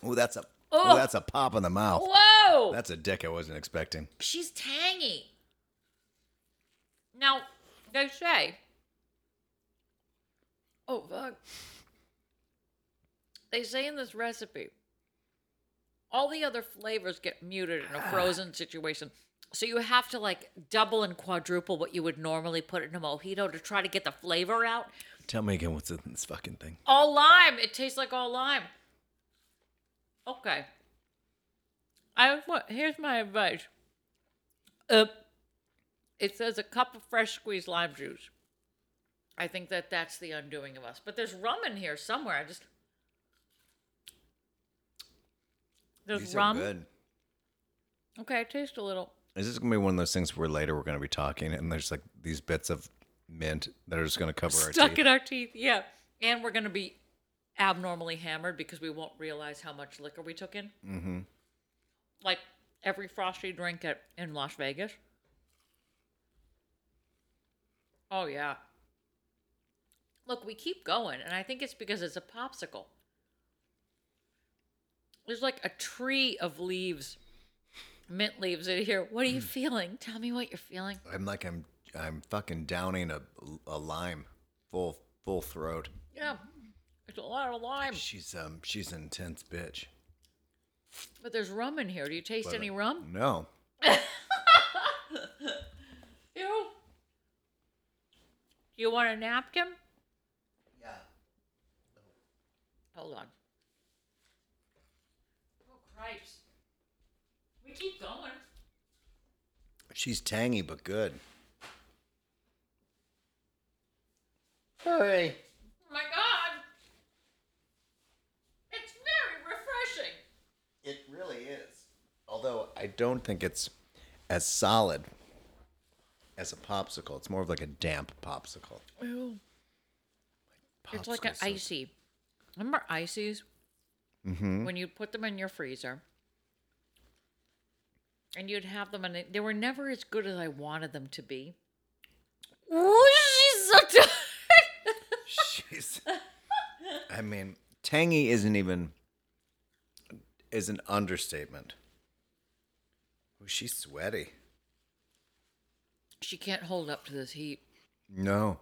[SPEAKER 7] Oh, that's a
[SPEAKER 6] Oh.
[SPEAKER 7] that's a pop in the mouth.
[SPEAKER 6] Whoa!
[SPEAKER 7] That's a dick I wasn't expecting.
[SPEAKER 6] She's tangy. Now they say. Oh fuck. They say in this recipe, all the other flavors get muted in a frozen situation. So you have to like double and quadruple what you would normally put in a mojito to try to get the flavor out.
[SPEAKER 7] Tell me again what's in this fucking thing.
[SPEAKER 6] All lime. It tastes like all lime. Okay. I want, here's my advice. Uh, it says a cup of fresh squeezed lime juice. I think that that's the undoing of us. But there's rum in here somewhere. I just there's
[SPEAKER 7] These
[SPEAKER 6] rum.
[SPEAKER 7] are good.
[SPEAKER 6] Okay, I taste a little.
[SPEAKER 7] Is this gonna be one of those things where later we're gonna be talking and there's like these bits of mint that are just gonna cover our
[SPEAKER 6] stuck
[SPEAKER 7] teeth?
[SPEAKER 6] in our teeth. Yeah, and we're gonna be abnormally hammered because we won't realize how much liquor we took in. Mm-hmm. Like every frosty drink at in Las Vegas. Oh yeah. Look, we keep going, and I think it's because it's a popsicle. There's like a tree of leaves, mint leaves in here. What are
[SPEAKER 7] Mm.
[SPEAKER 6] you feeling? Tell me what you're feeling.
[SPEAKER 7] I'm like I'm I'm fucking downing a a lime full full throat.
[SPEAKER 6] Yeah, it's a lot of lime,
[SPEAKER 7] She's um she's an intense bitch.
[SPEAKER 6] but there's rum in here. Do you taste any rum?
[SPEAKER 7] No.
[SPEAKER 6] Ew. You want a napkin? Yeah. Hold on. Oh, Christ. We keep going.
[SPEAKER 7] She's tangy but good.
[SPEAKER 2] Hey.
[SPEAKER 6] Oh my God. It's very refreshing.
[SPEAKER 7] It really is. Although I don't think it's as solid as a popsicle. It's more of like a damp popsicle.
[SPEAKER 6] Ew. It's like an
[SPEAKER 7] Popsicles are-
[SPEAKER 6] icy. Remember ices?
[SPEAKER 7] Mm-hmm.
[SPEAKER 6] When you'd put them in your freezer and you'd have them, and they- they were never as good as I wanted them to be. Ooh, she's so tired.
[SPEAKER 7] She's. I mean, tangy isn't even. Is an understatement. Ooh, she's sweaty.
[SPEAKER 6] she can't hold up to this heat.
[SPEAKER 7] No.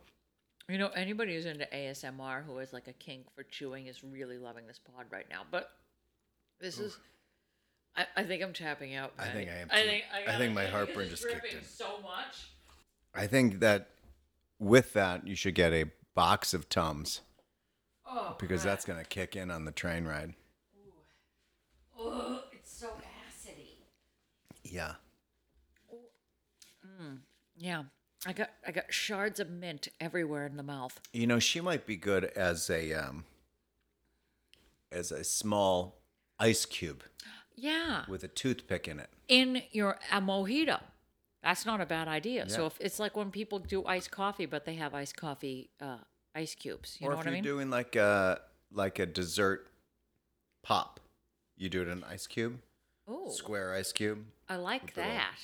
[SPEAKER 6] You know, anybody who's into ASMR who is like a kink for chewing is really loving this pod right now. But this is, I, I think I'm tapping out.
[SPEAKER 7] I
[SPEAKER 6] man.
[SPEAKER 7] think I am
[SPEAKER 6] I
[SPEAKER 7] too.
[SPEAKER 6] think,
[SPEAKER 7] I
[SPEAKER 6] gotta-
[SPEAKER 7] think my
[SPEAKER 6] this
[SPEAKER 7] heartburn
[SPEAKER 6] is
[SPEAKER 7] just kicked
[SPEAKER 6] dripping
[SPEAKER 7] in.
[SPEAKER 6] So much.
[SPEAKER 7] I think that with that, you should get a box of Tums
[SPEAKER 6] Oh,
[SPEAKER 7] because that's going to kick in on the train ride.
[SPEAKER 6] oh, it's so acidy.
[SPEAKER 7] Yeah.
[SPEAKER 6] Yeah, I got I got shards of mint everywhere in the mouth.
[SPEAKER 7] You know, she might be good as a um as a small ice cube
[SPEAKER 6] Yeah,
[SPEAKER 7] with a toothpick in it.
[SPEAKER 6] in your a mojito. That's not a bad idea. So if it's like when people do iced coffee, but they have iced coffee uh, ice cubes. You
[SPEAKER 7] or
[SPEAKER 6] know
[SPEAKER 7] if
[SPEAKER 6] what
[SPEAKER 7] you're
[SPEAKER 6] I mean?
[SPEAKER 7] doing like a like a dessert pop, you do it in an ice cube,
[SPEAKER 6] oh,
[SPEAKER 7] square ice cube.
[SPEAKER 6] I like
[SPEAKER 7] with the little-
[SPEAKER 6] that.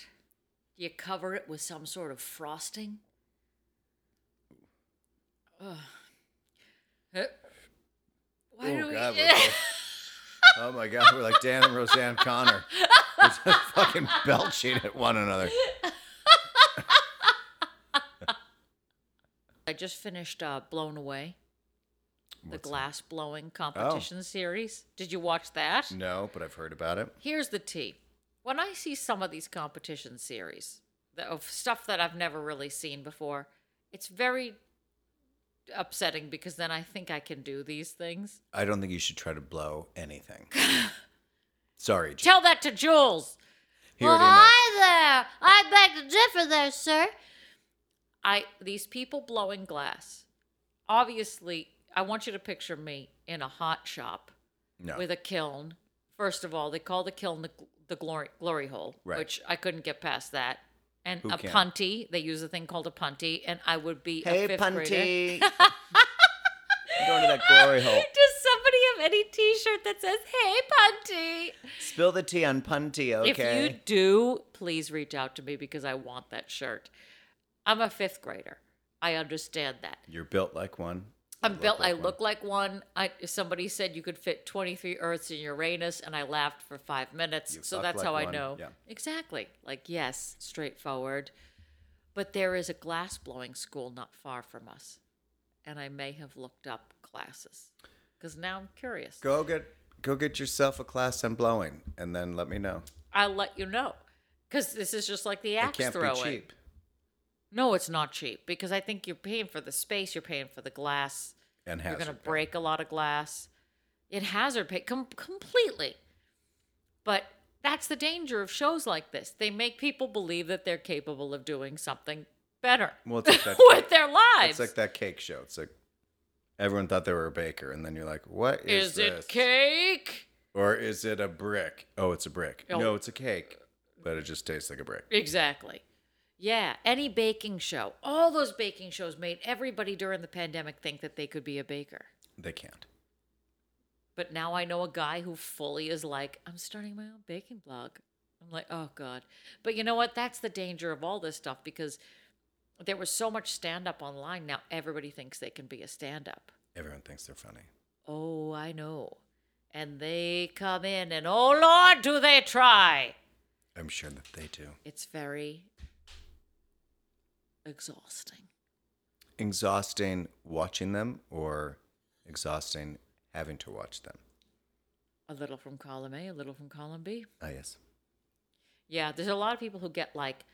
[SPEAKER 6] You cover it with some sort of frosting. Ugh. Huh? Why do
[SPEAKER 7] oh
[SPEAKER 6] we?
[SPEAKER 7] god. we're both- oh my god, we're like Dan and Roseanne Connor. We're just fucking belching at one another.
[SPEAKER 6] I just finished uh, Blown Away, the
[SPEAKER 7] What's that? Oh.
[SPEAKER 6] glass blowing competition series. Did you watch that?
[SPEAKER 7] No, but I've heard about it.
[SPEAKER 6] Here's the tea. When I see some of these competition series the- of stuff that I've never really seen before, it's very upsetting because then I think I can do these things.
[SPEAKER 7] I don't think you should try to blow anything. Sorry, Jim.
[SPEAKER 6] Tell that to Jules.
[SPEAKER 7] He
[SPEAKER 6] well,
[SPEAKER 7] already knows.
[SPEAKER 6] hi there. I beg to differ there, sir. I these people blowing glass. Obviously, I want you to picture me in a hot shop
[SPEAKER 7] No.
[SPEAKER 6] with a kiln. First of all, they call the kiln the, the glory glory hole,
[SPEAKER 7] Right.
[SPEAKER 6] which I couldn't get past that. And
[SPEAKER 7] Who
[SPEAKER 6] a
[SPEAKER 7] can?
[SPEAKER 6] punty, they use a thing called a punty, and I would be a fifth grader.
[SPEAKER 7] I'm going to that glory hole.
[SPEAKER 6] Does somebody have any T-shirt that says "Hey Punty"?
[SPEAKER 7] Spill the tea on Punty,
[SPEAKER 6] If you do, please reach out to me because I want that shirt. I'm a fifth grader. I understand that.
[SPEAKER 7] You... are built like one.
[SPEAKER 6] I'm built. I look like one. I somebody said you could fit 23 Earths in Uranus, and I laughed for five minutes.
[SPEAKER 7] You
[SPEAKER 6] so
[SPEAKER 7] fuck
[SPEAKER 6] that's
[SPEAKER 7] like
[SPEAKER 6] how I
[SPEAKER 7] one,
[SPEAKER 6] know
[SPEAKER 7] yeah.
[SPEAKER 6] exactly. Like yes, straightforward. But there is a glass blowing school not far from us, and I may have looked up classes because now I'm curious.
[SPEAKER 7] Go get go get yourself a class on blowing, and then let me know.
[SPEAKER 6] I'll let you know because this is just like the
[SPEAKER 7] It
[SPEAKER 6] axe
[SPEAKER 7] can't
[SPEAKER 6] throwing.
[SPEAKER 7] be cheap.
[SPEAKER 6] No, it's not cheap because I think you're paying for the space, you're paying for the glass,
[SPEAKER 7] And
[SPEAKER 6] you're going
[SPEAKER 7] hazard
[SPEAKER 6] to
[SPEAKER 7] pay.
[SPEAKER 6] break a lot of glass. It hazard pay com- completely. But that's the danger of shows like this. They make people believe that they're capable of doing something better
[SPEAKER 7] Well, it's like that.
[SPEAKER 6] with their lives.
[SPEAKER 7] it's like that cake show. It's like everyone thought they were a baker, and then you're like, "What is,
[SPEAKER 6] Is
[SPEAKER 7] this?
[SPEAKER 6] it cake?
[SPEAKER 7] Or is it a brick? Oh, it's a brick.
[SPEAKER 6] Oh.
[SPEAKER 7] No, it's a cake, but it just tastes like a brick."
[SPEAKER 6] Exactly. Yeah, any baking show. All those baking shows made everybody during the pandemic think that they could be a baker.
[SPEAKER 7] They can't.
[SPEAKER 6] But now I know a guy who fully is like, I'm starting my own baking blog. I'm like, oh God. But you know what? That's the danger of all this stuff because there was so much stand up online. Now everybody thinks they can be a stand up.
[SPEAKER 7] Everyone thinks they're funny.
[SPEAKER 6] Oh, I know. and they come in, and oh Lord, do they try!
[SPEAKER 7] I'm sure that they do.
[SPEAKER 6] It's very exhausting.
[SPEAKER 7] Exhausting watching them or exhausting having to watch them?
[SPEAKER 6] A little from column A, a little from column B.
[SPEAKER 7] Ah, yes.
[SPEAKER 6] Yeah, there's a lot of people who get like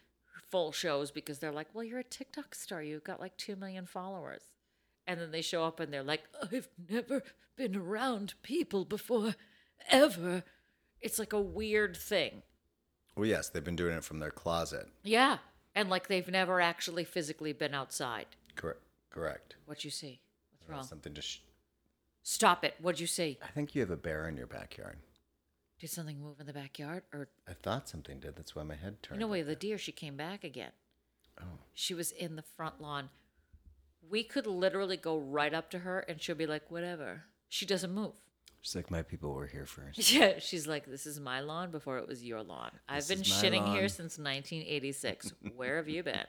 [SPEAKER 6] full shows because they're like, well, you're a TikTok star. You've got like 2 million followers. And then they show up and they're like, I've never been around people before, ever. It's like a weird thing.
[SPEAKER 7] Well, yes, they've been doing it from their closet.
[SPEAKER 6] Yeah. And like they've never actually physically been outside.
[SPEAKER 7] Correct. Correct.
[SPEAKER 6] What you see? What's
[SPEAKER 7] Or else
[SPEAKER 6] wrong?
[SPEAKER 7] Something just. Sh-
[SPEAKER 6] Stop it. What'd you see?
[SPEAKER 7] I think you have a bear in your backyard.
[SPEAKER 6] Did something move in the backyard? Or
[SPEAKER 7] I thought something did. That's why my head turned.
[SPEAKER 6] no way, the deer, she came back again.
[SPEAKER 7] Oh.
[SPEAKER 6] She was in the front lawn. We could literally go right up to her and she'll be like, whatever. She doesn't move.
[SPEAKER 7] She's like, my people were here first.
[SPEAKER 6] Yeah, she's like, this is my lawn before it was your lawn. I've
[SPEAKER 7] This
[SPEAKER 6] been
[SPEAKER 7] is my
[SPEAKER 6] shitting here
[SPEAKER 7] lawn."
[SPEAKER 6] since 1986. Where have you been?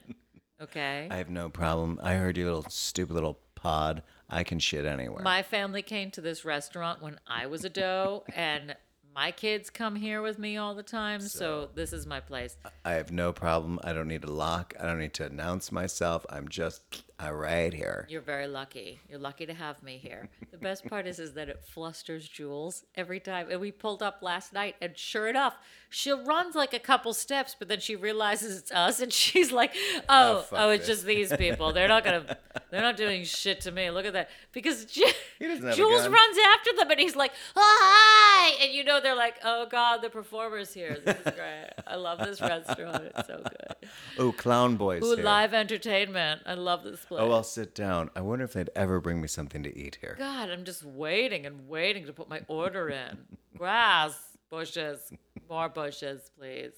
[SPEAKER 6] Okay.
[SPEAKER 7] I have no problem. I heard you little stupid little pod. I can shit anywhere.
[SPEAKER 6] My family came to this restaurant when I was a doe, and my kids come here with me all the time. So, this is my place.
[SPEAKER 7] I have no problem. I don't need a lock. I don't need to announce myself. I'm just I right here.
[SPEAKER 6] You're very lucky. You're lucky to have me here. The best part is, is that it flusters Jules every time. And we pulled up last night, and sure enough, she runs like a couple steps, but then she realizes it's us, and she's like, "Oh, oh,
[SPEAKER 7] fuck
[SPEAKER 6] it's just these people. They're not gonna, they're not doing shit to me. Look at that." Because Ju-
[SPEAKER 7] He doesn't have a
[SPEAKER 6] Jules
[SPEAKER 7] gun.
[SPEAKER 6] runs after them, and he's like, "Hi!" And you know they're like, "Oh God, the performers here. This is great. I love this restaurant. It's so good.
[SPEAKER 7] Oh, clown boys.
[SPEAKER 6] Ooh,
[SPEAKER 7] here.
[SPEAKER 6] live entertainment. I love this place."
[SPEAKER 7] Oh, I'll sit down. I wonder if they'd ever bring me something to eat here.
[SPEAKER 6] Oh God, I'm just waiting and waiting to put my order in. Grass, bushes, more bushes, please.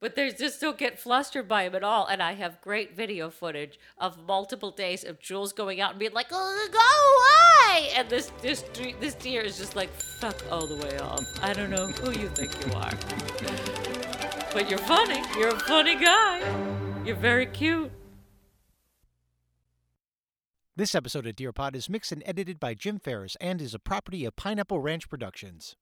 [SPEAKER 6] But they just don't get flustered by him at all. And I have great video footage of multiple days of Jules going out and being like, oh, go away! And this, this, dre- this deer is just like, fuck all the way off. I don't know who you think you are. But you're funny. You're a funny guy. You're very cute.
[SPEAKER 2] This episode of Dear Pod is mixed and edited by Jim Ferris and is a property of Pineapple Ranch Productions.